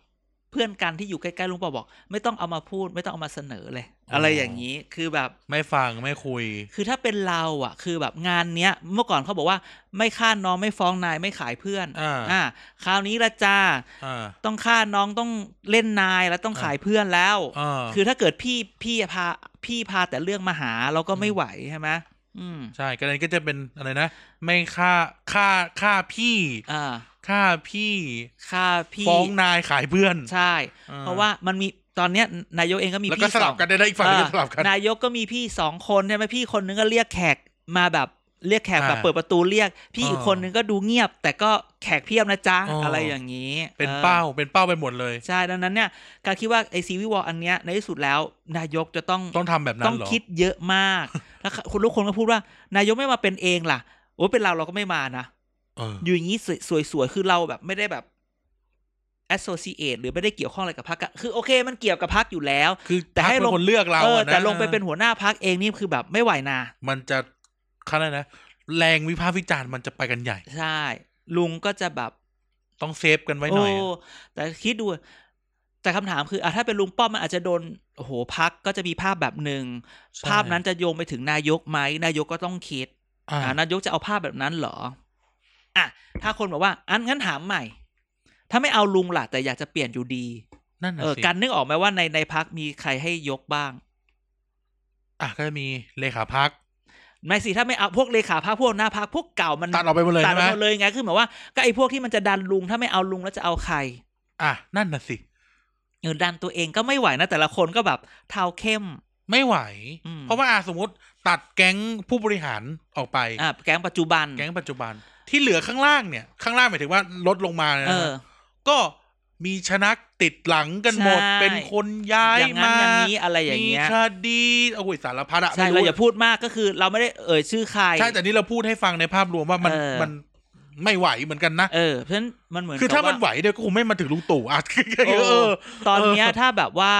S1: เพื่อนกันที่อยู่ใกล้ๆลุงปอบอก ไม่ต้องเอามาพูด ไม่ต้องเอามาเสนอเลย
S2: อ๋ออ
S1: อะไรอย่างนี้คือแบบ
S2: ไม่ฟังไม่คุย
S1: คือถ้าเป็นเราอ่ะ คือแบบงานเนี้ย เมื่อก่อนเขาบอกว่าไม่ฆ่าน้องไม่ฟ้องนายไม่ขายเพื่อน
S2: อ่า
S1: คราวนี้ละจ้า
S2: อ่า
S1: ต้องฆ่าน้องต้องเล่นนายแล้วต้อง
S2: อ่า
S1: ขายเพื่อนแล้ว
S2: อ่า
S1: คือถ้าเกิดพี่พี่พาพี่พาแต่เรื่องมาหาเราก็ไม่
S2: อืม
S1: ไหวใช่ไหมอืม
S2: ใช่ก็เลยก็จะเป็นอะไรนะ ไม่ค่าค่าค่าพี่
S1: อ่า
S2: ค่าพี่
S1: ฆ่าพี่
S2: ฟ้องนายขายเพื่อน
S1: ใช่
S2: อ่า
S1: เพราะว่ามันมีตอนเนี้ยนายกเองก็มี
S2: แล้วก็
S1: พี่
S2: สลับ
S1: อง
S2: กันได้นะอีกฝั่งหนึ่ง
S1: เออ
S2: ก็สลับกัน
S1: นายกก็มีพี่สองคนใช่ไหมพี่คนนึงก็เรียกแขกมาแบบเรียกแขกแบบ
S2: อ่า
S1: เปิดประตูเรียก พี่อีก
S2: อ๋อ
S1: คนนึงก็ดูเงียบ แต่ก็แขกเพียบนะจ๊ะ
S2: อ๋ออ
S1: อะไรอย่างนี้
S2: เป็น
S1: ออ
S2: เป้าเป็นเป้าไปหมดเลย
S1: ใช่ดังนั้นเนี่ยการคิดว่าไอซีวิวอลอันเนี้ยในที่สุดแล้ว นายกจะต้อง
S2: ต้องทำแบบนั้
S1: ต้อน ง
S2: เหรอ
S1: คิดเยอะ มาก แล้วคนทุกคนก็พูดว่า นายกไม่มาเป็นเองล่ะโอ้เป็นเราเราก็ไม่มานะ
S2: เออ
S1: อยู่อย่างนี้สวยๆคือเราแบบไม่ได้แบบ associate หรือไม่ได้เกี่ยวข้องอะไรกับพรรคอะคือโอเค มันเกี่ยวกับพรรคอยู่แล้ว
S2: คือ
S1: แต่
S2: แต่
S1: ให้
S2: ให้
S1: ลง
S2: คนเลือกเรา
S1: เออ
S2: อะนะ
S1: แต่ลงไปเป็นหัวหน้าพักเองนี่คือแบบไม่ไหวนะ
S2: มันจะเขาเรียกอะไรนะ แรงวิพากษ์วิจารณ์มันจะไปกันใหญ่
S1: ใช่ ลุงก็จะแบบ
S2: ต้องเซฟกันไว้ห
S1: โอ้
S2: น่อยอะ
S1: แต่คิดดู แต่คำถามคืออ่ะถ้าเป็นลุงป้อมมันอาจจะโดนโอ้โหพักก็จะมีภาพแบบหนึ่ง
S2: ใช่
S1: ภาพนั้นจะโยงไปถึงนายกไหมนายกก็ต้องคิด
S2: อ่า
S1: อ่านายกจะเอาภาพแบบนั้นเหรออ่ะถ้าคนบอกว่า อันงั้นถามใหม่ ถ้าไม่เอาลุงล่ะ แต่อยากจะเปลี่ยนอยู่ดี
S2: นั่นน่ะ
S1: เออ
S2: สิ
S1: การนึกออกไหมว่าในในพักมีใครให้ยกบ้าง
S2: อ่ะก็จะมีเลขาพัก
S1: ไม่สิถ้าไม่เอาพวกเลขาพักพวกหน้าพักพวกเก่ามัน
S2: ตัดออกไปหมดเลย
S1: ตัด
S2: ใช่ไห
S1: ไป
S2: ม
S1: หมดเลยไง คือหมายว่าก็ไอ้พวกที่มันจะดันลุงถ้าไม่เอาลุงแล้วจะเอาใคร
S2: อ่ะนั่นน่ะสิ
S1: เออดันตัวเองก็ไม่ไหวนะ แต่ละคนก็แบบเท้าเข้ม
S2: ไม่ไหว
S1: อืม
S2: เพราะว่าอ่ะสมมติตัดแก๊งผู้บริหารออกไป
S1: อ่ะแก๊งปัจจุบัน
S2: แก๊งปัจจุบันที่เหลือข้างล่างเนี่ย ข้างล่างหมายถึงว่าลดลงมาเนี่ย
S1: เอ
S2: นะ
S1: อ
S2: ก็มีชนักติดหลังกันหมด
S1: ใช่
S2: เป็นคนย้าย
S1: อย่างนั้น
S2: มา
S1: อย่างนี้อะไรอย่าง
S2: มี
S1: เงี้ย
S2: คดีโอ้ยสารพัดอะ
S1: ใช่
S2: ไม่
S1: เรา
S2: รู้
S1: อย่าพูดมากก็คือเราไม่ได้เอ่ยชื่อใคร
S2: ใช่แต่นี่เราพูดให้ฟังในภาพรวมว่ามัน
S1: เออ
S2: มันไม่ไหวเหมือนกันนะ
S1: เออเพราะฉะนั้นมันเหมือน
S2: คือถ้ามัน
S1: กับ
S2: ไหวเนี่ยก็คงไม่มาถึงลุงตู่อ่ะ
S1: โอ้
S2: เออ
S1: ตอนเนี้ยถ้าแบบว่า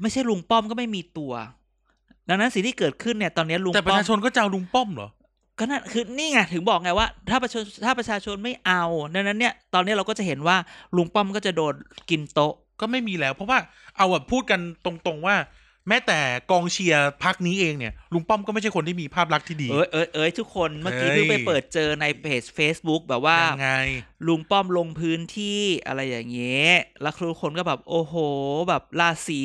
S1: ไม่ใช่ลุงป้อมก็ไม่มีตัว ดังนั้นสิ่งที่เกิดขึ้นเนี่ยตอนเนี้ยลุง
S2: แต่ประ
S1: ป้อ
S2: ชาม ชนก็จะเอาลุงป้อมเหรอ
S1: ก็นั่นคือนี่ไงถึงบอกไงว่า ถ้าประชาชนถ้าประชาชนไม่เอาดังนั้นเนี่ย ตอนนี้เราก็จะเห็นว่าลุงป้อมก็จะโดนกินโต๊ะ
S2: ก็ไม่มีแล้ว เพราะว่าเอาแบบพูดกันตรงๆว่า แม้แต่กองเชียร์พักนี้เองเนี่ยลุงป้อมก็ไม่ใช่คนที่มีภาพลักษณ์ที่ดี
S1: เอ้ยเอ้ยเอ้ยทุกคนเมื่อกี้
S2: เฮ้
S1: เพิ่
S2: ย
S1: งไปเปิดเจอในเพจ Facebook แบบว่า
S2: ยังไง
S1: ลุงป้อมลงพื้นที่อะไรอย่างเงี้ยแล้วทุกคนก็แบบ โอ้โห แบบราศี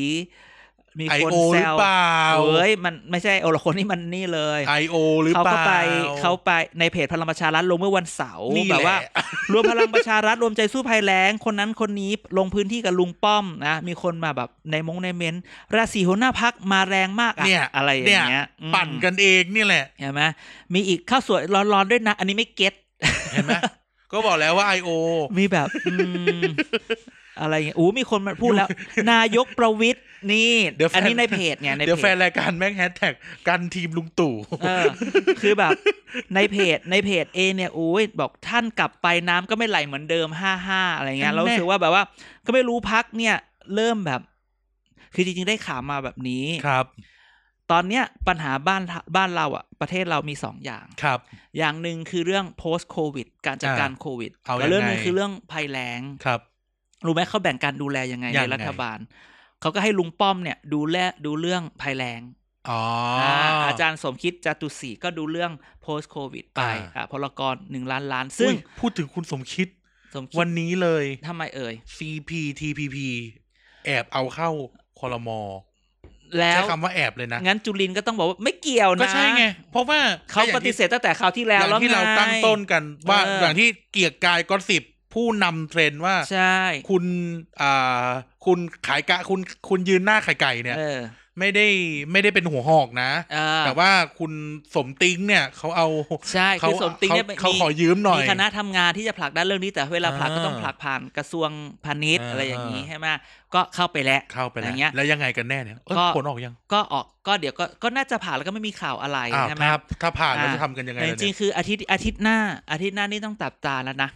S1: มี
S2: ไอ
S1: คน
S2: โอ
S1: แซ
S2: หรือ
S1: ว
S2: เปล่า
S1: เอ้ยมันไม่ใช่โอละคนนี่มันนี่เลย
S2: ไอโอหรือ
S1: เขา
S2: เป
S1: ก็
S2: ล่า
S1: ไปเขาไปในเพจพลังประชารัฐลงเมื่อวันเสาร์
S2: นี่
S1: แบบ
S2: แห
S1: ว่า
S2: ละ
S1: รวมพลังประชารัฐรวมใจสู้ภัยแล้ง คนนั้นคนนี้ลงพื้นที่กับลุงป้อมนะ มีคนมาแบบในมงในเม้นท์ราศีหัวหน้าพักมาแรงมากอะ
S2: เนี่ย
S1: อะไรอย่างเงี้
S2: เนี่ย
S1: อืม
S2: ปั่นกันเองนี่แหละ
S1: เห็นไหมมีอีกข้าวสวยร้อนๆด้วยนะ อันนี้ไม่เก็ต
S2: เห็นไหม ก็บอกแล้วว่า I.O.
S1: มีแบบอืมอะไรอย่างเงี้ยอู้มีคนมาพูด แล้ว นายกประวิทย์นี่
S2: เดี๋ยวแฟน
S1: อันนี้ในเพจไงใน
S2: เดี๋ยว
S1: เพ
S2: แฟ
S1: จ
S2: นรายการแม่งแฮชแท็กกันทีมลุงตู่
S1: เออคือแบบในเพจในเพจเองเนี่ยโอ้ยบอกท่านกลับไปน้ำก็ไม่ไหลเหมือนเดิมห้าห้าอะไรเงี้ย
S2: อันแน่
S1: เรารู้สึกว่าแบบว่า ก็ไม่รู้พักเนี่ย เริ่มแบบ คือจริงๆได้ข่าวมาแบบนี้
S2: ครับ
S1: ตอนเนี้ยปัญหาบ้านบ้านเราอะประเทศเรามีสองอย่าง
S2: ครับ
S1: อย่างหนึ่งคือเรื่อง post covid การจัด
S2: อ่า
S1: การโควิด
S2: เอา
S1: แล้วเรื่องหนึง
S2: ยังไง
S1: คือเรื่องภัยแล้ง
S2: ครับ
S1: รู้ไหมเขาแบ่งการดูแลยังไง
S2: ยัง
S1: ใน
S2: ไง
S1: รัฐบาลเขาก็ให้ลุงป้อมเนี่ยดูแลดูเรื่องภัยแล้ง
S2: อ๋ออ
S1: อ่าอาจารย์สมคิดจตุศรีก็ดูเรื่อง post covid ไป
S2: อ่า
S1: อ่าพลกรหนึ่งล้านล้าน
S2: อุ๊
S1: ซึ่ง
S2: ยพูดถึงคุณสมคิด
S1: สมคิ
S2: วั
S1: ด
S2: นนี้เลย
S1: ทำไมเอ่ย
S2: CPTPP แอบเอาเข้าคอรมอ
S1: แล้
S2: ใช้
S1: ว
S2: คำว่าแอบเลยนะ
S1: งั้นจุลินก็ต้องบอกว่าไม่เกี่ยวนะ
S2: ก็ใช่ไง เพราะว่า
S1: เขาปฏิเสธตั้งแต่คราวที่
S2: อ
S1: แล้ว
S2: ย่าง
S1: แล้ว
S2: ที่เรา
S1: ไ
S2: ตั้งต้นกันว่า
S1: เอออ
S2: อย่างที่เกียรติกายก็สิบผู้นำเทรนด์ว่า
S1: ใช่
S2: คุณอ่าคุณขายกะคุณคุณยืนหน้าไข่ไก่เนี่ย
S1: เออ
S2: ไม่ได้ไม่ได้เป็นหัวหอกนะ
S1: เออ
S2: แต่ว่าคุณสมติงเนี่ยเขาเอา
S1: ใช่
S2: เขา
S1: คือสมติงเนี่ย
S2: เขาขอยืมหน่อย
S1: มีคณะทำงานที่จะผลักด้านเรื่องนี้แต่เวลาผลักก็
S2: อ่า
S1: ต้องผลักผ่านกระทรวงพาณิชย์
S2: อ่า
S1: อะไรอย่างนี้ใช่ไหมก็เข้าไปแล้ว
S2: เข้าไป
S1: อ
S2: แล้ว
S1: ย่างเงี้ย
S2: แล้วยังไงกันแน่เนี่ยเอ้ย
S1: ก็
S2: ผลออกยัง
S1: ก็ออกก็เดี๋ยวก็ก็น่าจะผ่านแล้วก็ไม่มีข่าวอะไร
S2: อ้าว
S1: ใช่ไหม
S2: ถ้าถ้าผ่าน
S1: อ่า
S2: เราจะทำกันยังไง
S1: แต่จ
S2: ล่ะ
S1: ริ
S2: เนี่
S1: ง
S2: ย
S1: ๆคืออาทิตย์อาทิตย์หน้า อาทิตย์หน้านี่ต้องตับตาแล้วนะ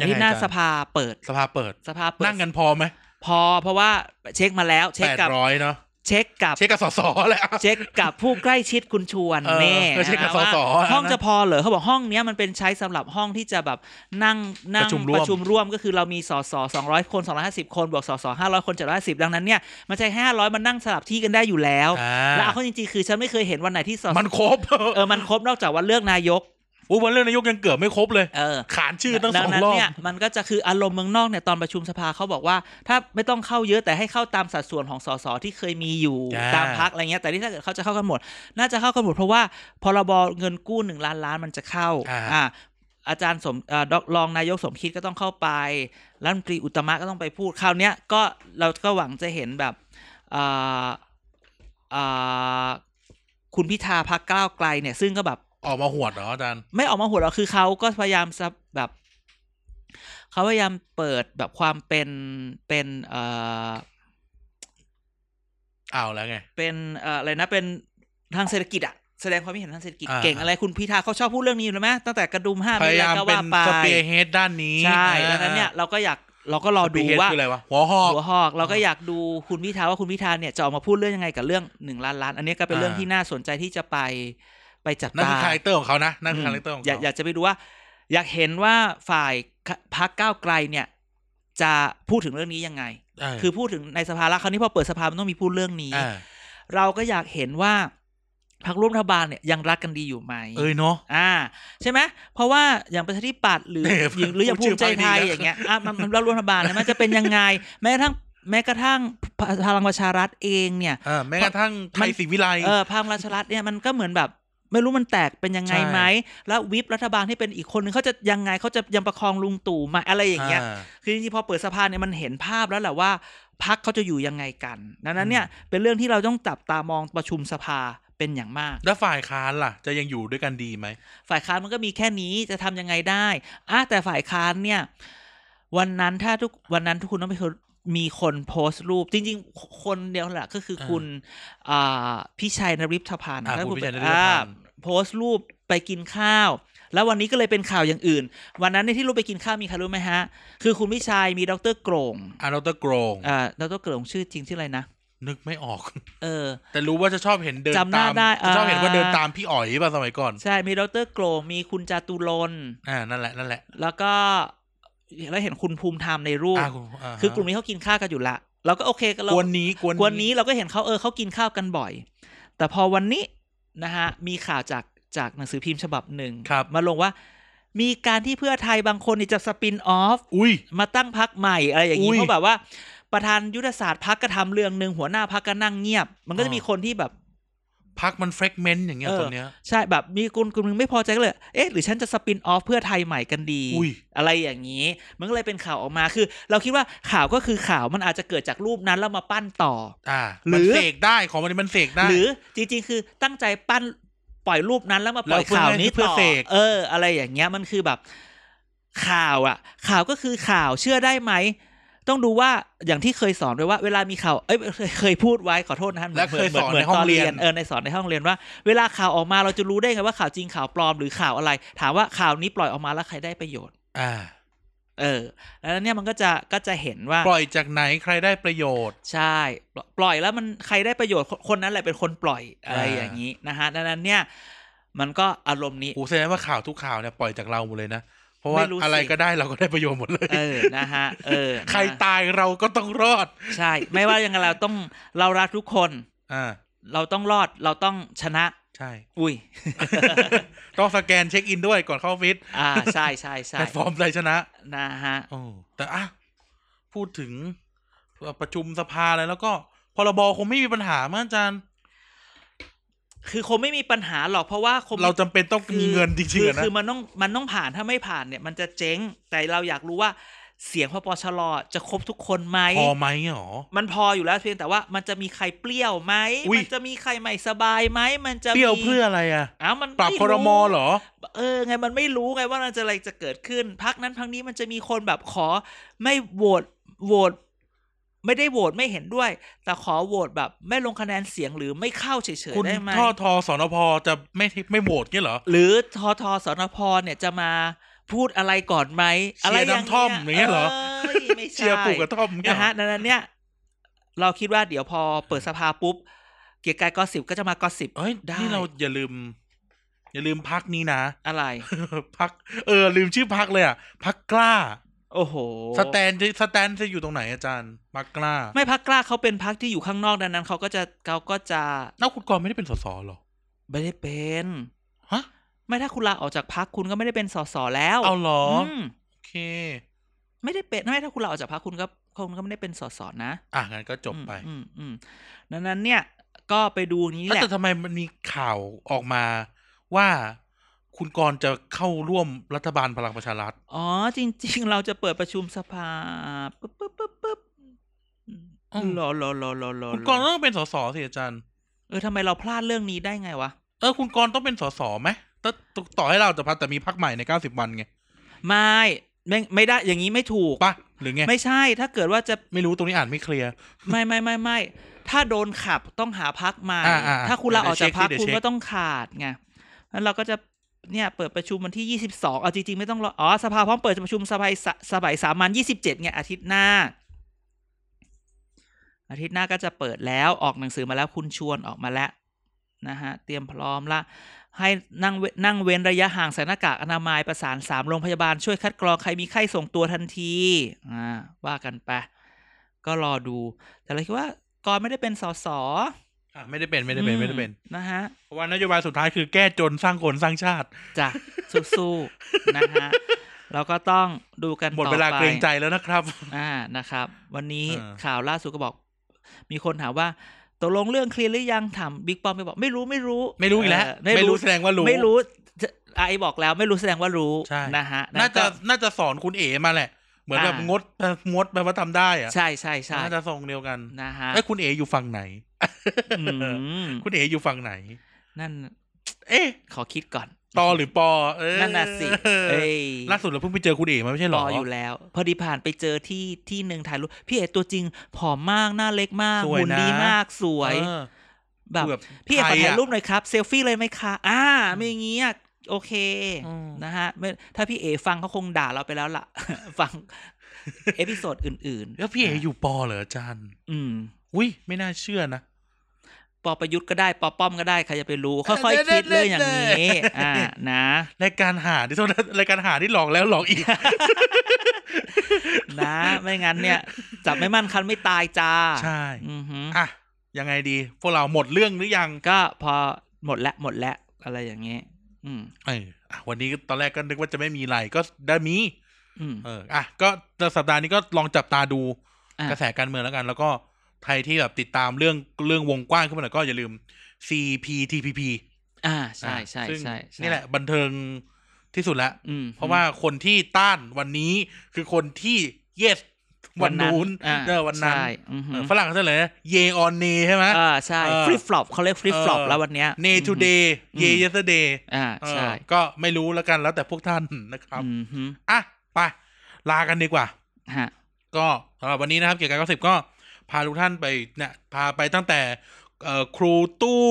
S2: ยั
S1: อาง
S2: ไง
S1: ทิตย์หน้า
S2: อาจารย์
S1: สภาเปิด
S2: สภาเปิด
S1: สภาเปิด
S2: นั่งกันพอไหม
S1: พอเพราะว่าเช็คมาแล้วเช็ค
S2: แปด
S1: กับ
S2: ร้อยเนาะ
S1: เช็คกับ
S2: เช็คกับสสแหละ
S1: เช็คกับผู้ใกล้ชิดคุณชวน
S2: เออ
S1: น่
S2: ก็เช็คกับ
S1: นะว่า
S2: สสนะ
S1: ห้องจะพอเหรอเขาบอกห้องเนี้ยมันเป็นใช้สำหรับห้องที่จะแบบนั่งนั่ง
S2: ประชุมร่
S1: ป
S2: วม
S1: ระชุมร่วมก็คือเรามีสสสองร้อยคนสองร้อยห้าสิบคนบวกสสห้าร้อยคนเจ็ดร้อยสิบดังนั้นเนี่ยมันใช้ห้าร้อยมันนั่งสลับที่กันได้อยู่แล้ว
S2: อ่า
S1: และเอาเข้าจริงๆคือฉันไม่เคยเห็นวันไหนที่สส
S2: มันครบ
S1: เออมันครบนอกจากวันเลือกนายก
S2: โอ้วันเรื่องนายกยังเกือบไม่ครบเลย
S1: เออ
S2: ขานชื่อตั้ง
S1: ดั
S2: สอง
S1: นั้น
S2: รอบ
S1: เนี่ยมันก็จะคืออารมณ์เมืองนอกเนี่ยตอนประชุมสภาเขาบอกว่า ถ้าไม่ต้องเข้าเยอะแต่ให้เข้าตามสัดส่วนของสสที่เคยมีอยู่
S2: อ่า
S1: ตามพักอะไรเงี้ยแต่นี่ถ้าเกิดเขาจะเข้ากันหมด น่าจะเข้ากันหมดเพราะว่าพรบเงินกู้หนึ่งล้านล้านมันจะเข้าอ่าอาจารย์สมเอ่อดอกรองนายกสมคิดก็ต้องเข้าไปรัฐมนตรีอุตมะก็ต้องไปพูดคราวเนี้ยก็เราก็หวังจะเห็นแบบอ่าอ่าคุณพิธาพักก้าวไกลเนี่ยซึ่งก็แบบ
S2: ออกมาหวดเหรออาจารย์
S1: ไม่ออกมาหัวเราะคือเขาก็พยายามจะแบบเขาพยายามเปิดแบบความเป็นเป็นเอ่อ
S2: เอาแล้วไง
S1: เป็นเอ่ออะไรนะเป็นทางเศรษฐกิจอะแสดงความคิดเห็นทางเศรษฐกิจ
S2: อ่า
S1: เก่งอะไรคุณพิธาเขาชอบพูดเรื่องนี้อยู่แล้วไหมตั้งแต่กระดุมห้า
S2: พ
S1: ไม่
S2: ยา
S1: ไร
S2: ยาม
S1: ก็
S2: เป็น
S1: ว่าไป
S2: สเปียร์เฮดด้านนี้
S1: ใช่
S2: อ่า
S1: ดังนั้นเนี่ยเราก็อยากเราก็รอ
S2: ส
S1: ดู
S2: เปียร์เฮด
S1: ว่า
S2: คืออะไรวะหัวหอก
S1: หัวหอกเราก็อยากดูคุณพิธาว่าคุณพิธาเนี่ยจะออกมาพูดเรื่องยังไงกับเรื่องหนึ่งล้านล้าน อันนี้ก็เป็นเรื่อง
S2: อ่า
S1: ที่น่าสนใจที่จะไปไปจับ
S2: นั่น
S1: ตา
S2: คือคาแรคเตอร์ของเขานะนั่นคือคาแรคเตอร์ของ
S1: อยาก
S2: เขา
S1: อยากจะไปดูว่า อยากเห็นว่าฝ่ายพักก้าวไกลเนี่ย จะพูดถึงเรื่องนี้ยังไง
S2: เ
S1: คือพูดถึงในสภาแล้วคราวนี้พอเปิดสภามันต้องมีพูดเรื่องนี้
S2: อ่า
S1: เราก็อยากเห็นว่าพรรคร่วมรัฐบาลเนี่ยยังรักกันดีอยู่ไหม
S2: เอ้ยเนาะ
S1: อ่า ใช่ไหมเพราะว่าอย่างประชาธิปัตย์หรือ
S2: เนี่ย
S1: หรือหรืออย่าง
S2: พู
S1: ภู
S2: ดชื่
S1: มิ
S2: อ
S1: ใจไทย
S2: พรรคดีนะ
S1: อย่างเงี้ยอ่ะมันมันพรรคร่วมรัฐบาลนะมันจะเป็นยังไง แม้กระทั่งแม้กระทั่งพลังประชารัฐเองเนี่ย
S2: อ่าแม้กระทั่งไทยศรีวิไล
S1: เออพลังราชรัฐเนี่ยมันก็เหมือนแบบ ไม่รู้มันแตกเป็นยังไง
S2: ใช่
S1: ไหม แล้ววิปรัฐบาลที่เป็นอีกคนนึงเขาจะยังไงเขาจะยังประคองลุงตู่ไหมาอะไรอย่างเงี้ยคือจริงๆพอเปิดสภาเนี่ยมันเห็นภาพแล้วแหละว่าพักเขาจะอยู่ยังไงกันดังนั้นเนี่ยเป็นเรื่องที่เราต้องจับตามองประชุมสภาเป็นอย่างมาก
S2: แล้วฝ่ายค้านล่ะ จะยังอยู่ด้วยกันดีไหม
S1: ฝ่ายค้านมันก็มีแค่นี้จะทำยังไงได้อ่ะแต่ฝ่ายค้านเนี่ย วันนั้นถ้าทุกวันนั้นทุกคนต้องไปคนมีคนโพสต์รูป จริงๆ คนเดียวแหละก็คือคุณอ่าพี่ชัยนริพพาน
S2: อ่า
S1: ถ้า
S2: คุณ
S1: คุณ
S2: พิชัยนฤทธิ
S1: อ่า
S2: พาน
S1: โพสต์รูปไปกินข้าว แล้ววันนี้ก็เลยเป็นข่าวอย่างอื่น วันนั้นในยที่รูปไปกินข้าวมีใครรู้ไหมฮะ คือคุณพี่ชัยมีดรโกรง
S2: อ่าดรโกรง
S1: อ่าดรโกรงชื่อจริงชื่ออะไรนะ
S2: นึกไม่ออก
S1: เออ
S2: แต่รู้ว่าจะชอบเห็นเดิน
S1: จำหน้า
S2: ตาม
S1: ได้
S2: จะชอบ
S1: อ่า
S2: เห็นว่าเดินตามพี่อ๋อยป่ะสมัยก่อน
S1: ใช่มีดรโกรงมีคุณจาตุรนต์
S2: อ่านั่นแหละนั่นแหละ
S1: แล้วก็แล้วเห็นคุณภูมิธรรมในรูป
S2: อ่าคุณา
S1: คือกลุ่มนี้เขากินข้าวกันอยู่ละเราก็โอเคกันเรา
S2: ก
S1: ก
S2: วนนี้กวน
S1: กวนนี้เราก็เห็นเขาเออเขากินข้าวกันบ่อย แต่พอวันนี้นะฮะมีข่าวจากจากหนังสือพิมพ์ฉบับหนึ่ง
S2: ครับ
S1: มาลงว่า มีการที่เพื่อไทยบางคนนี่จะสปินออฟ
S2: อุ้ย
S1: มาตั้งพักใหม่อะไรอย่างนี้
S2: อุ้ย
S1: เพราะแบบว่า ประธานยุทธศาสตร์พักก็ทำเรื่องหนึ่งหัวหน้าพักก็นั่งเงียบ มันก็จะมี
S2: อ๋อ
S1: คนที่แบบ
S2: พักมันเฟกเมนต์อย่างเงี้ย
S1: เออ
S2: ตอนเนี้ย
S1: ใช่แบบมีกลุ่มกลุ่มหนึงไม่พอใจก็เลย เอ๊ะหรือฉันจะสปินออฟเพื่อไทยใหม่กันดี
S2: อุ้ย
S1: อะไรอย่างนี้ มันก็เลยเป็นข่าวออกมาคือ เราคิดว่าข่าวก็คือข่าวมันอาจจะเกิดจากรูปนั้นแล้วมาปั้นต่อ
S2: อ่า
S1: หรื
S2: มัน
S1: อ
S2: เสกได้ของมันมันเสกได้
S1: หรือจริงๆ คือตั้งใจปั้นปล่อยรูปนั้นแล้วมาปล่อย
S2: แล้วเพื่อ
S1: ข่าวนี้
S2: ให้เพื่อ
S1: ต่อ
S2: เสก
S1: เออ อะไรอย่างเงี้ยมันคือแบบข่าวอ่ะ ข่าวก็คือข่าวเชื่อได้ไหม ต้องดูว่าอย่างที่เคยสอนไว้ว่าเวลามีข่าวเอ้ยเคยเคยพูดไว้ขอโทษนะฮะหมื
S2: และเคย
S1: หมื
S2: สอน
S1: มื
S2: ในห้อง
S1: ต
S2: เรียน
S1: เออในสอนในห้องเรียนว่า เวลาข่าวออกมาเราจะรู้ได้ไงว่าข่าวจริงข่าวปลอมหรือข่าวอะไร ถามว่าข่าวนี้ปล่อยออกมาแล้วใครได้ประโยชน์
S2: อ่า
S1: เออ แล้วเนี่ยมันก็จะก็จะเห็นว่า
S2: ปล่อยจากไหนใครได้ประโยชน์
S1: ใช่ปล่อยปล่อยแล้วมันใครได้ประโยชน์คนคนนั้นแหละเป็นคนปล่อยอะไร
S2: อ่า
S1: อย่างนี้นะฮะดังนั้นเนี่ย มันก็อารมณ์นี้
S2: กูแสดงว่าข่าวทุกข่าวเนี่ยปล่อยจากเราหมดเลยนะ เพราะว่า
S1: ไม่รู้สิ
S2: อะไรก็ได้เราก็ได้ประโยชน์หมดเลย
S1: เออนะฮะเออนะ
S2: ใครตายเราก็ต้องรอด
S1: ใช่ ไม่ว่ายังไงเราต้องเรารักทุกคน
S2: อ่า
S1: เราต้องรอดเราต้องชนะ
S2: ใช่
S1: อุ้ย
S2: ต้องสแกนเช็คอินด้วยก่อนเข้าออฟฟิศ
S1: อ่าใช่ใช่ใช่
S2: แพลตฟอร์มไทยชนะ
S1: นะฮะ
S2: โอ้แต่อะพูดถึงประชุมสภาอะไรแล้วก็พรบคงไม่มีปัญหามั้งอาจารย์
S1: คือคงไม่มีปัญหาหรอกเพราะว่าคง
S2: เราจำเป็นต้องมีเงินจริงๆ
S1: คือ
S2: อะนะ
S1: คือมันต้องมันต้องผ่านถ้าไม่ผ่านเนี่ย มันจะเจ๊ง แต่เราอยากรู้ว่าเสียงพปชรจะครบทุกคนไหม
S2: พอไหมหรอ
S1: มันพออยู่แล้วเพียงแต่ว่ามันจะมีใครเปรี้ยวไหม
S2: อุ๊ย
S1: มันจะมีใครไม่สบายไหมมันจะ
S2: เปรี้ยว
S1: มี
S2: เพื่ออะไรอ่ะ
S1: อ้าวมัน
S2: ปรับ
S1: ไ
S2: คอรมอเหรอ
S1: เออไงมันไม่รู้ไงว่ามันจะอะไรจะเกิดขึ้นพักนั้นพักนี้มันจะมีคนแบบขอไม่โหวตโหวตไม่ได้โหวตไม่เห็นด้วย แต่ขอโหวตแบบ ไม่ลงคะแนนเสียงหรือไม่เข้าเฉย
S2: คุณ
S1: ๆได้ไหม
S2: ท่อทอสอนพจะไม่ไม่โหวตเงี้ยเหรอ
S1: หรือทอทอสนพเนี่ยจะมาพูดอะไรก่อนไหมอะไรอย่าง
S2: เชียร์น้ำท่อมอย่างเงี้ยเหรอ
S1: เอ้ยไม่ใช่
S2: เชียร์ปลูกกระท่อมเงี้
S1: นะ
S2: ยเหร
S1: ฮะ
S2: อ
S1: ดังนั้นเนี่ยเราคิดว่าเดี๋ยวพอเปิดสภาปุ๊บ เกียร์กายก็สิบก็จะมาก็สิบ
S2: เอ้ย
S1: ได้
S2: นี่เราอย่าลืม อย่าลืมพักนี้นะ
S1: อะไร
S2: พักเออ ลืมชื่อพักเลยอ่ะพักกล้า
S1: โอ้โห
S2: สแตนจะสแตนจะอยู่ตรงไหนอาจารย์พักกล้า
S1: ไม่พักกล้าเขาเป็นพักที่อยู่ข้างนอกดังนั้นเขาก็จะเขาก็จะ
S2: เอ้าคุณกรณ์ไม่ได้เป็นสสเหรอ
S1: ไม่ได้เป็น
S2: ฮะ
S1: ไม่ถ้าคุณลาออกจากพักคุณก็ไม่ได้เป็นสสแล้ว
S2: เอาเหรอ
S1: ม
S2: โอเค
S1: ไม่ได้เป็นไม่ถ้าคุณลาออกจากพักคุณก็คุณก็ไม่ได้เป็นสสนะ
S2: อ่ะงั้นก็จบไป
S1: อืมอืมอืมดังนั้นเนี่ย ก็ไปดูนี้
S2: แล้ว
S1: แหละ
S2: แต่ทำไมมันมีข่าวออกมาว่าคุณกรณ์จะเข้าร่วมรัฐบาลพลังประชารัฐ
S1: อ๋อจริง ๆ เราจะเปิดประชุมสภาปึ๊บปึ๊บปึ๊บปึ๊บ
S2: อืม
S1: รอรอรอรอรอ
S2: คุณกรณ์ต้องเป็นสสสิอาจารย์
S1: เออทำไมเราพลาดเรื่องนี้ได้ไงวะ
S2: เออคุณกรณ์ต้องเป็นสสไหมตตต่อให้เราแต่พักแต่มีพักใหม่ในเก้าสิบวันไง
S1: ไม่ไม่ไม่ได้อย่างนี้ไม่ถูก
S2: ปะหรือไง
S1: ไม่ใช่ถ้าเกิดว่าจะ
S2: ไม่รู้ตรงนี้อ่านไม่เคลียร์
S1: ไม่ไม่ไม่ไม่ถ้าโดนขับต้องหาพักใหม่
S2: อ่าอ่า
S1: ถ้าคุณลาออกจากพัก
S2: เดี๋ยว
S1: คุ
S2: เช็ค
S1: ณ
S2: เดี๋ยวเช็ค
S1: ก็ต้องขาดไงแล้วเราก็จะเนี่ยเปิดประชุมวันที่ 22เอาจริงๆไม่ต้องรออ๋อสภาพร้อมเปิดประชุมสภาสสบายสามัญ27ไงอาทิตย์หน้า อาทิตย์หน้าก็จะเปิดแล้วออกหนังสือมาแล้วคุณชวนออกมาแล้วนะฮะเตรียมพร้อมละ ให้นั่งเวนั่งเว้นระยะห่างใส่หน้ากากอนามัยประสานสามโรงพยาบาลช่วยคัดกรองใครมีไข้ส่งตัวทันทีอ่าว่ากันไป ก็รอดู แต่เราคิดว่ากอนไม่ได้เป็นสส
S2: อ่ะไม่ได้เป็นไม่ได้เป็นไม่ได้เป็น
S1: อืมนะฮะ
S2: เพราะว่านโยบายสุดท้ายคือแก้จนสร้างคนสร้างชาติ
S1: จ้ะสู้ ๆนะฮะเราก็ต้องดูกัน
S2: หมด
S1: ต่อ
S2: เวลา
S1: ไป
S2: เกรงใจแล้วนะครับ
S1: อ่านะครับ วันนี้
S2: อ่า
S1: ข่าวล่าสุดก็บอก มีคนถามว่าตกลงเรื่องเคลียร์หรือยังถามบิ๊กป้อมไปบอกไม่รู้ไม่รู้
S2: ไม่รู้อีกแล้ว
S1: เ
S2: ไม่รู้แสดงว่ารู้
S1: ไม่รู้จะไอบอกแล้วไม่รู้แสดงว่ารู้
S2: ใช่
S1: นะฮะ
S2: น่าจะ
S1: ก็
S2: น่าจะสอนคุณเอ๋มาแหละ เหมือนแบบ
S1: อ่าง ง
S2: ดงดแปลว่าทำได้อะ
S1: ใช่ใช่ใช่
S2: น่าจะทรงเดียวกัน
S1: นะฮะ
S2: เอ้ยคุณเอ๋อยู่ฝั่งไหน
S1: อืม
S2: คุณเอ๋อยู่ฝั่งไหน
S1: นั่น
S2: เอ๊ะ
S1: ขอคิดก่อน
S2: ตอหรือปอ เออ
S1: นั่นน่ะสิเอ้ย
S2: ล่าสุดเราเพิ่งไปเจอคุณเอ๋มาไม่ใช่เหร
S1: ร
S2: อ
S1: ออยู่แล้ว พอดีผ่านไปเจอที่ที่หนึ่งถ่ายรูปพี่เอกตัวจริงผอมมากหน้าเล็กมาก
S2: สวย
S1: หุ่น
S2: นะ
S1: ดีมากสวย
S2: เออ
S1: แบบ
S2: เกือบ
S1: พี่เอกขอ
S2: ไทย
S1: ถ่าย
S2: อะ
S1: รูปหน่อยครับเซลฟี่เลยไหมคะอ่าไม่อย่างงี้อะโอเค
S2: อืม
S1: นะฮะไม่ถ้าพี่เอฟังเขาคงด่าเราไปแล้วล่ะ ฟัง เอพิโซดอื่นๆ
S2: แล้วพี่เอ๋อยู่ปอเหรออาจารย์
S1: อืม
S2: อุ้ยไม่น่าเชื่อนะ
S1: ปอประยุทธ์ก็ได้ปอป้อมก็ได้ใครจะไปรู้ ค่อยๆ
S2: เล่น
S1: คิดเรื่อง
S2: เล่น
S1: อย่าง
S2: เล่น
S1: นี้ อ่านะ
S2: รายการหาที่โทษนะรายการหาที่หลอกแล้วหลอกอีก
S1: นะไม่งั้นเนี่ยจับไม่มั่นคันไม่ตายจ้า
S2: ใช่
S1: อือหือ
S2: อ่ะยังไงดี พวกเราหมดเรื่องหรือยัง
S1: ก็พอหมดละหมดละอะไรอย่างเงี้ยอืม
S2: เอออ่ะวันนี้ก็ตอนแรกก็นึกว่าจะไม่มีอะไรก็ได้มี
S1: อืม
S2: เอออ่ะก็สัปดาห์นี้ก็ลองจับตาดู
S1: อ่ะ
S2: กระแสการเมืองแล้วกัน แล้วก็ใครที่แบบติดตามเรื่องเรื่องวงกว้างขึ้นมาหน่อยก็อย่าลืม CPTPP
S1: อ่าใช่
S2: อ่ะ
S1: ใช่
S2: ซึ่ง
S1: ใช่ใช่
S2: นี่แหละบันเทิงที่สุดละ
S1: อืม
S2: เพราะว่าคนที่ต้านวันนี้คือคนที่ yes วันนู้น
S1: อ่า
S2: เออวันนั้น
S1: ใช่อือหื
S2: เอ
S1: อ
S2: อฝรั่งเขาจะเลยเยออนเนใช่ไหม
S1: อ่าใช่
S2: เออ
S1: ฟลิปฟลอปเขาเรียกฟลิปฟลอป
S2: เออ
S1: แล้ววันเนี้ย
S2: เน
S1: อือหือ
S2: today
S1: อืม
S2: เย yesterday
S1: อ่า
S2: เออ
S1: ใช่
S2: ก็ไม่รู้แล้วกันแล้วแต่พวกท่านนะครับ
S1: อือหือ
S2: อ่ะ ไป ลากันดีกว่า
S1: ฮะ
S2: ก็สำหรับวันนี้นะครับ เกี่ยวกับก้สิบก็พาทุกท่านไปเนี่ยพาไปตั้งแต่เอ่อครูตู้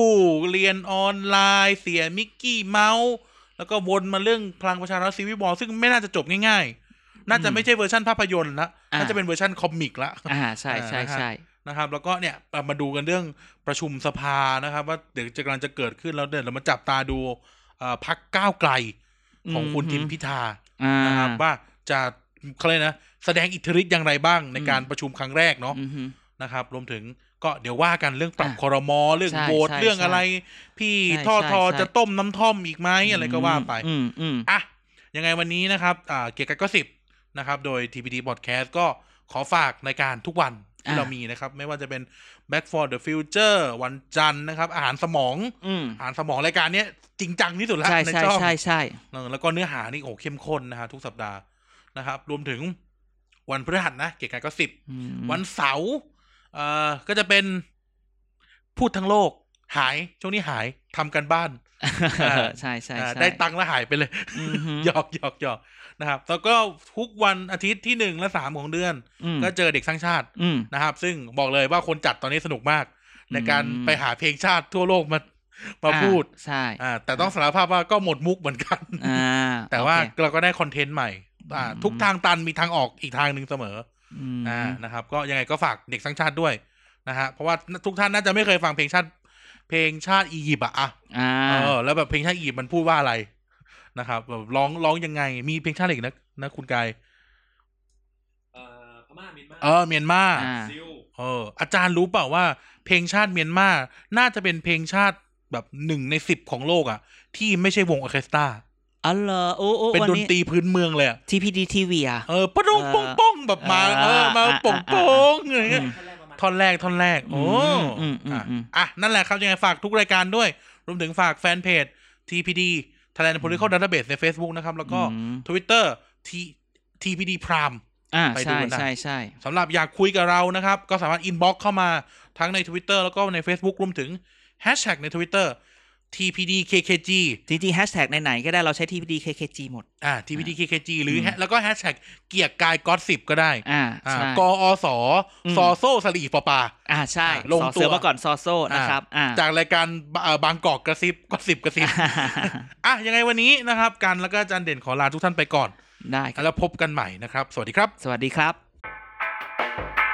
S2: เรียนออนไลน์ เสียมิกกี้เมาส์แล้วก็วนมาเรื่องพลังประชารัฐซีวิวบอลซึ่งไม่น่าจะจบง่ายๆ น่าจะ
S1: อืม
S2: ไม่ใช่เวอร์ชันภาพยนตร์ละ
S1: อ่า
S2: น่าจะเป็นเวอร์ชันคอมิกละ
S1: อ่าใช่ใช่ใช่
S2: นะครับ แล้วก็เนี่ยมาดูกันเรื่องประชุมสภานะครับ ว่าเดี๋ยวจะกำลังจะเกิดขึ้นแล้วเดี๋ยวเรามาจับตาดูเอ่อพักก้าวไกลของคุณ
S1: อืม
S2: ทิมพิธา
S1: อ่า
S2: นะครับว่าจะเขาเรียกนะ แสดงอิทธิฤทธิ์อย่างไรบ้างใน
S1: อืม
S2: การประชุมครั้งแรกเนาะ
S1: อือหือ
S2: นะครับ รวมถึงก็เดี๋ยวว่ากันเรื่องปรับ
S1: อ่ะ
S2: คอรมอเรื่อง
S1: ใช่
S2: โหวต
S1: ใช่
S2: เรื่อง
S1: ใช่
S2: อะไร พี่
S1: ใช่
S2: ท่อ
S1: ใช่
S2: ทอ
S1: ใช่
S2: จะต้มน้ำท่อมอีกไหมอะไรก็ว่าไป
S1: อืมอืม
S2: อ่ะ ยังไงวันนี้นะครับอ่าเกียรติกายก็สิบนะครับ โดย TPD Podcast ก็ขอฝากรายการทุกวันที่
S1: อ่ะ
S2: เรามีนะครับ ไม่ว่าจะเป็น Back for the Future วันจันทร์นะครับ อาหารสมอง
S1: อืม
S2: อาหารสมองรายการเนี้ยจริงจังที่สุดแล้ว
S1: ใช่
S2: ใน
S1: ใช่
S2: ช่อง
S1: ใช่ใช่
S2: เออแล้วก็เนื้อหานี่โอ้เข้มข้นนะฮะทุกสัปดาห์นะครับ รวมถึงวันพฤหัสนะเกียรติกายก็สิบ
S1: อืม
S2: วันเสาร์เอ่อก็จะเป็นพูดทั้งโลก หายช่วงนี้หายทำกันบ้าน
S1: เออใช่ใช่
S2: อ่า
S1: ใช่
S2: ได้ตังค์แล้วหายไปเลย
S1: อือหือ
S2: หยอกหยอกหยอกนะครับ แล้วก็ทุกวันอาทิตย์ที่หนึ่งและสามของเดือน
S1: อืม
S2: ก็เจอเด็กสร้างชาติ
S1: อืม
S2: นะครับ ซึ่งบอกเลยว่าคนจัดตอนนี้สนุกมาก ในการ
S1: อืม
S2: ไปหาเพลงชาติทั่วโลกมามาพูด
S1: อ่าใช่
S2: อ่าแต่ต้องสารภาพว่าก็หมดมุกเหมือนกัน
S1: อ่า
S2: แต่ว่า
S1: โอเค
S2: เราก็ได้คอนเทนต์ใหม่อ่า
S1: อืม
S2: ทุกทางตันมีทางออกอีกทางหนึ่งเสมอ
S1: อืม
S2: ออ่านะครับ ก็ยังไงก็ฝากเด็กสร้างชาติด้วยนะฮะเพราะว่าทุกท่านน่าจะไม่เคยฟังเพลงชาติ เพลงชาติอียิปต์อะอ่ะ
S1: อ่า
S2: เออแล้วแบบเพลงชาติอียิปต์มันพูดว่าอะไรนะครับแบบร้องร้องยังไง มีเพลงชาติอะไรอีกนะนะคุณกาย
S3: เอ่อพม่าเมียนมา
S2: เออเมียนมา
S1: อ่า
S3: ซิล
S2: เอออาจารย์รู้เปล่าว่า เพลงชาติเมียนมาน่าจะเป็นเพลงชาติแบบหนึ่งในสิบของโลกอ่ะ ที่ไม่ใช่วงออร์เคสตรา
S1: อ๋อเหรอโอ้โอ้
S2: เป็น
S1: วั
S2: ดนตรีพื้นเมืองเลยอะ
S1: ทีพีดีทีวีอ่ะ
S2: เออปะดง
S1: เออ
S2: ป้องป้องแบบมา
S1: เอ
S2: เอ
S1: อ
S2: อมา
S1: อ่ะ
S2: ป้องป้องอะไรเงี้ย
S1: ม
S3: ท่อนแรกประมาณ
S2: ท่อนแรกท่อนแรก โอ้
S1: อืมอืม
S2: อ่ะ
S1: อืม
S2: อ่ะ นั่นแหละครับยังไงฝากทุกรายการด้วย รวมถึงฝากแฟนเพจ TPD Thailand Political Database ใน Facebook นะครับ แล้วก็
S1: อืม
S2: Twitter T TPD Prime
S1: อ่า
S2: ไปดู
S1: ใช่
S2: นะ
S1: ใช่ใช่
S2: สำหรับอยากคุยกับเรานะครับ ก็สามารถ inbox เข้ามาทั้งใน Twitter แล้วก็ใน Facebook รวมถึง Hashtag ใน Twitter TPDKKG
S1: จริงๆแฮชแท็กไหนๆก็ได้เราใช้ TPDKKG หมด
S2: อ่า TPDKKG หรืออ
S1: ม
S2: แล้วก็แฮชแท็กเกียรติกายก็สิบก็ได้
S1: อ่า
S2: อ่า
S1: ใช่
S2: กอส
S1: อืม
S2: ซอโซสลีปอปา
S1: อ่าใช่
S2: อ่าลง
S1: สอ
S2: ตั
S1: เสือ
S2: ว
S1: มาก่อนซอโซ่นะครับ อ่า
S2: จากรายการบเอ่อบางกอกกระซิบ ก็สิบกระซิบอ่ะยังไงวันนี้นะครับ กันแล้วก็อาจารย์เด่นขอลาทุกท่านไปก่อน
S1: ได้ครับ
S2: แล้วพบกันใหม่นะครับ สวัสดีครับ
S1: สวัสดีครับ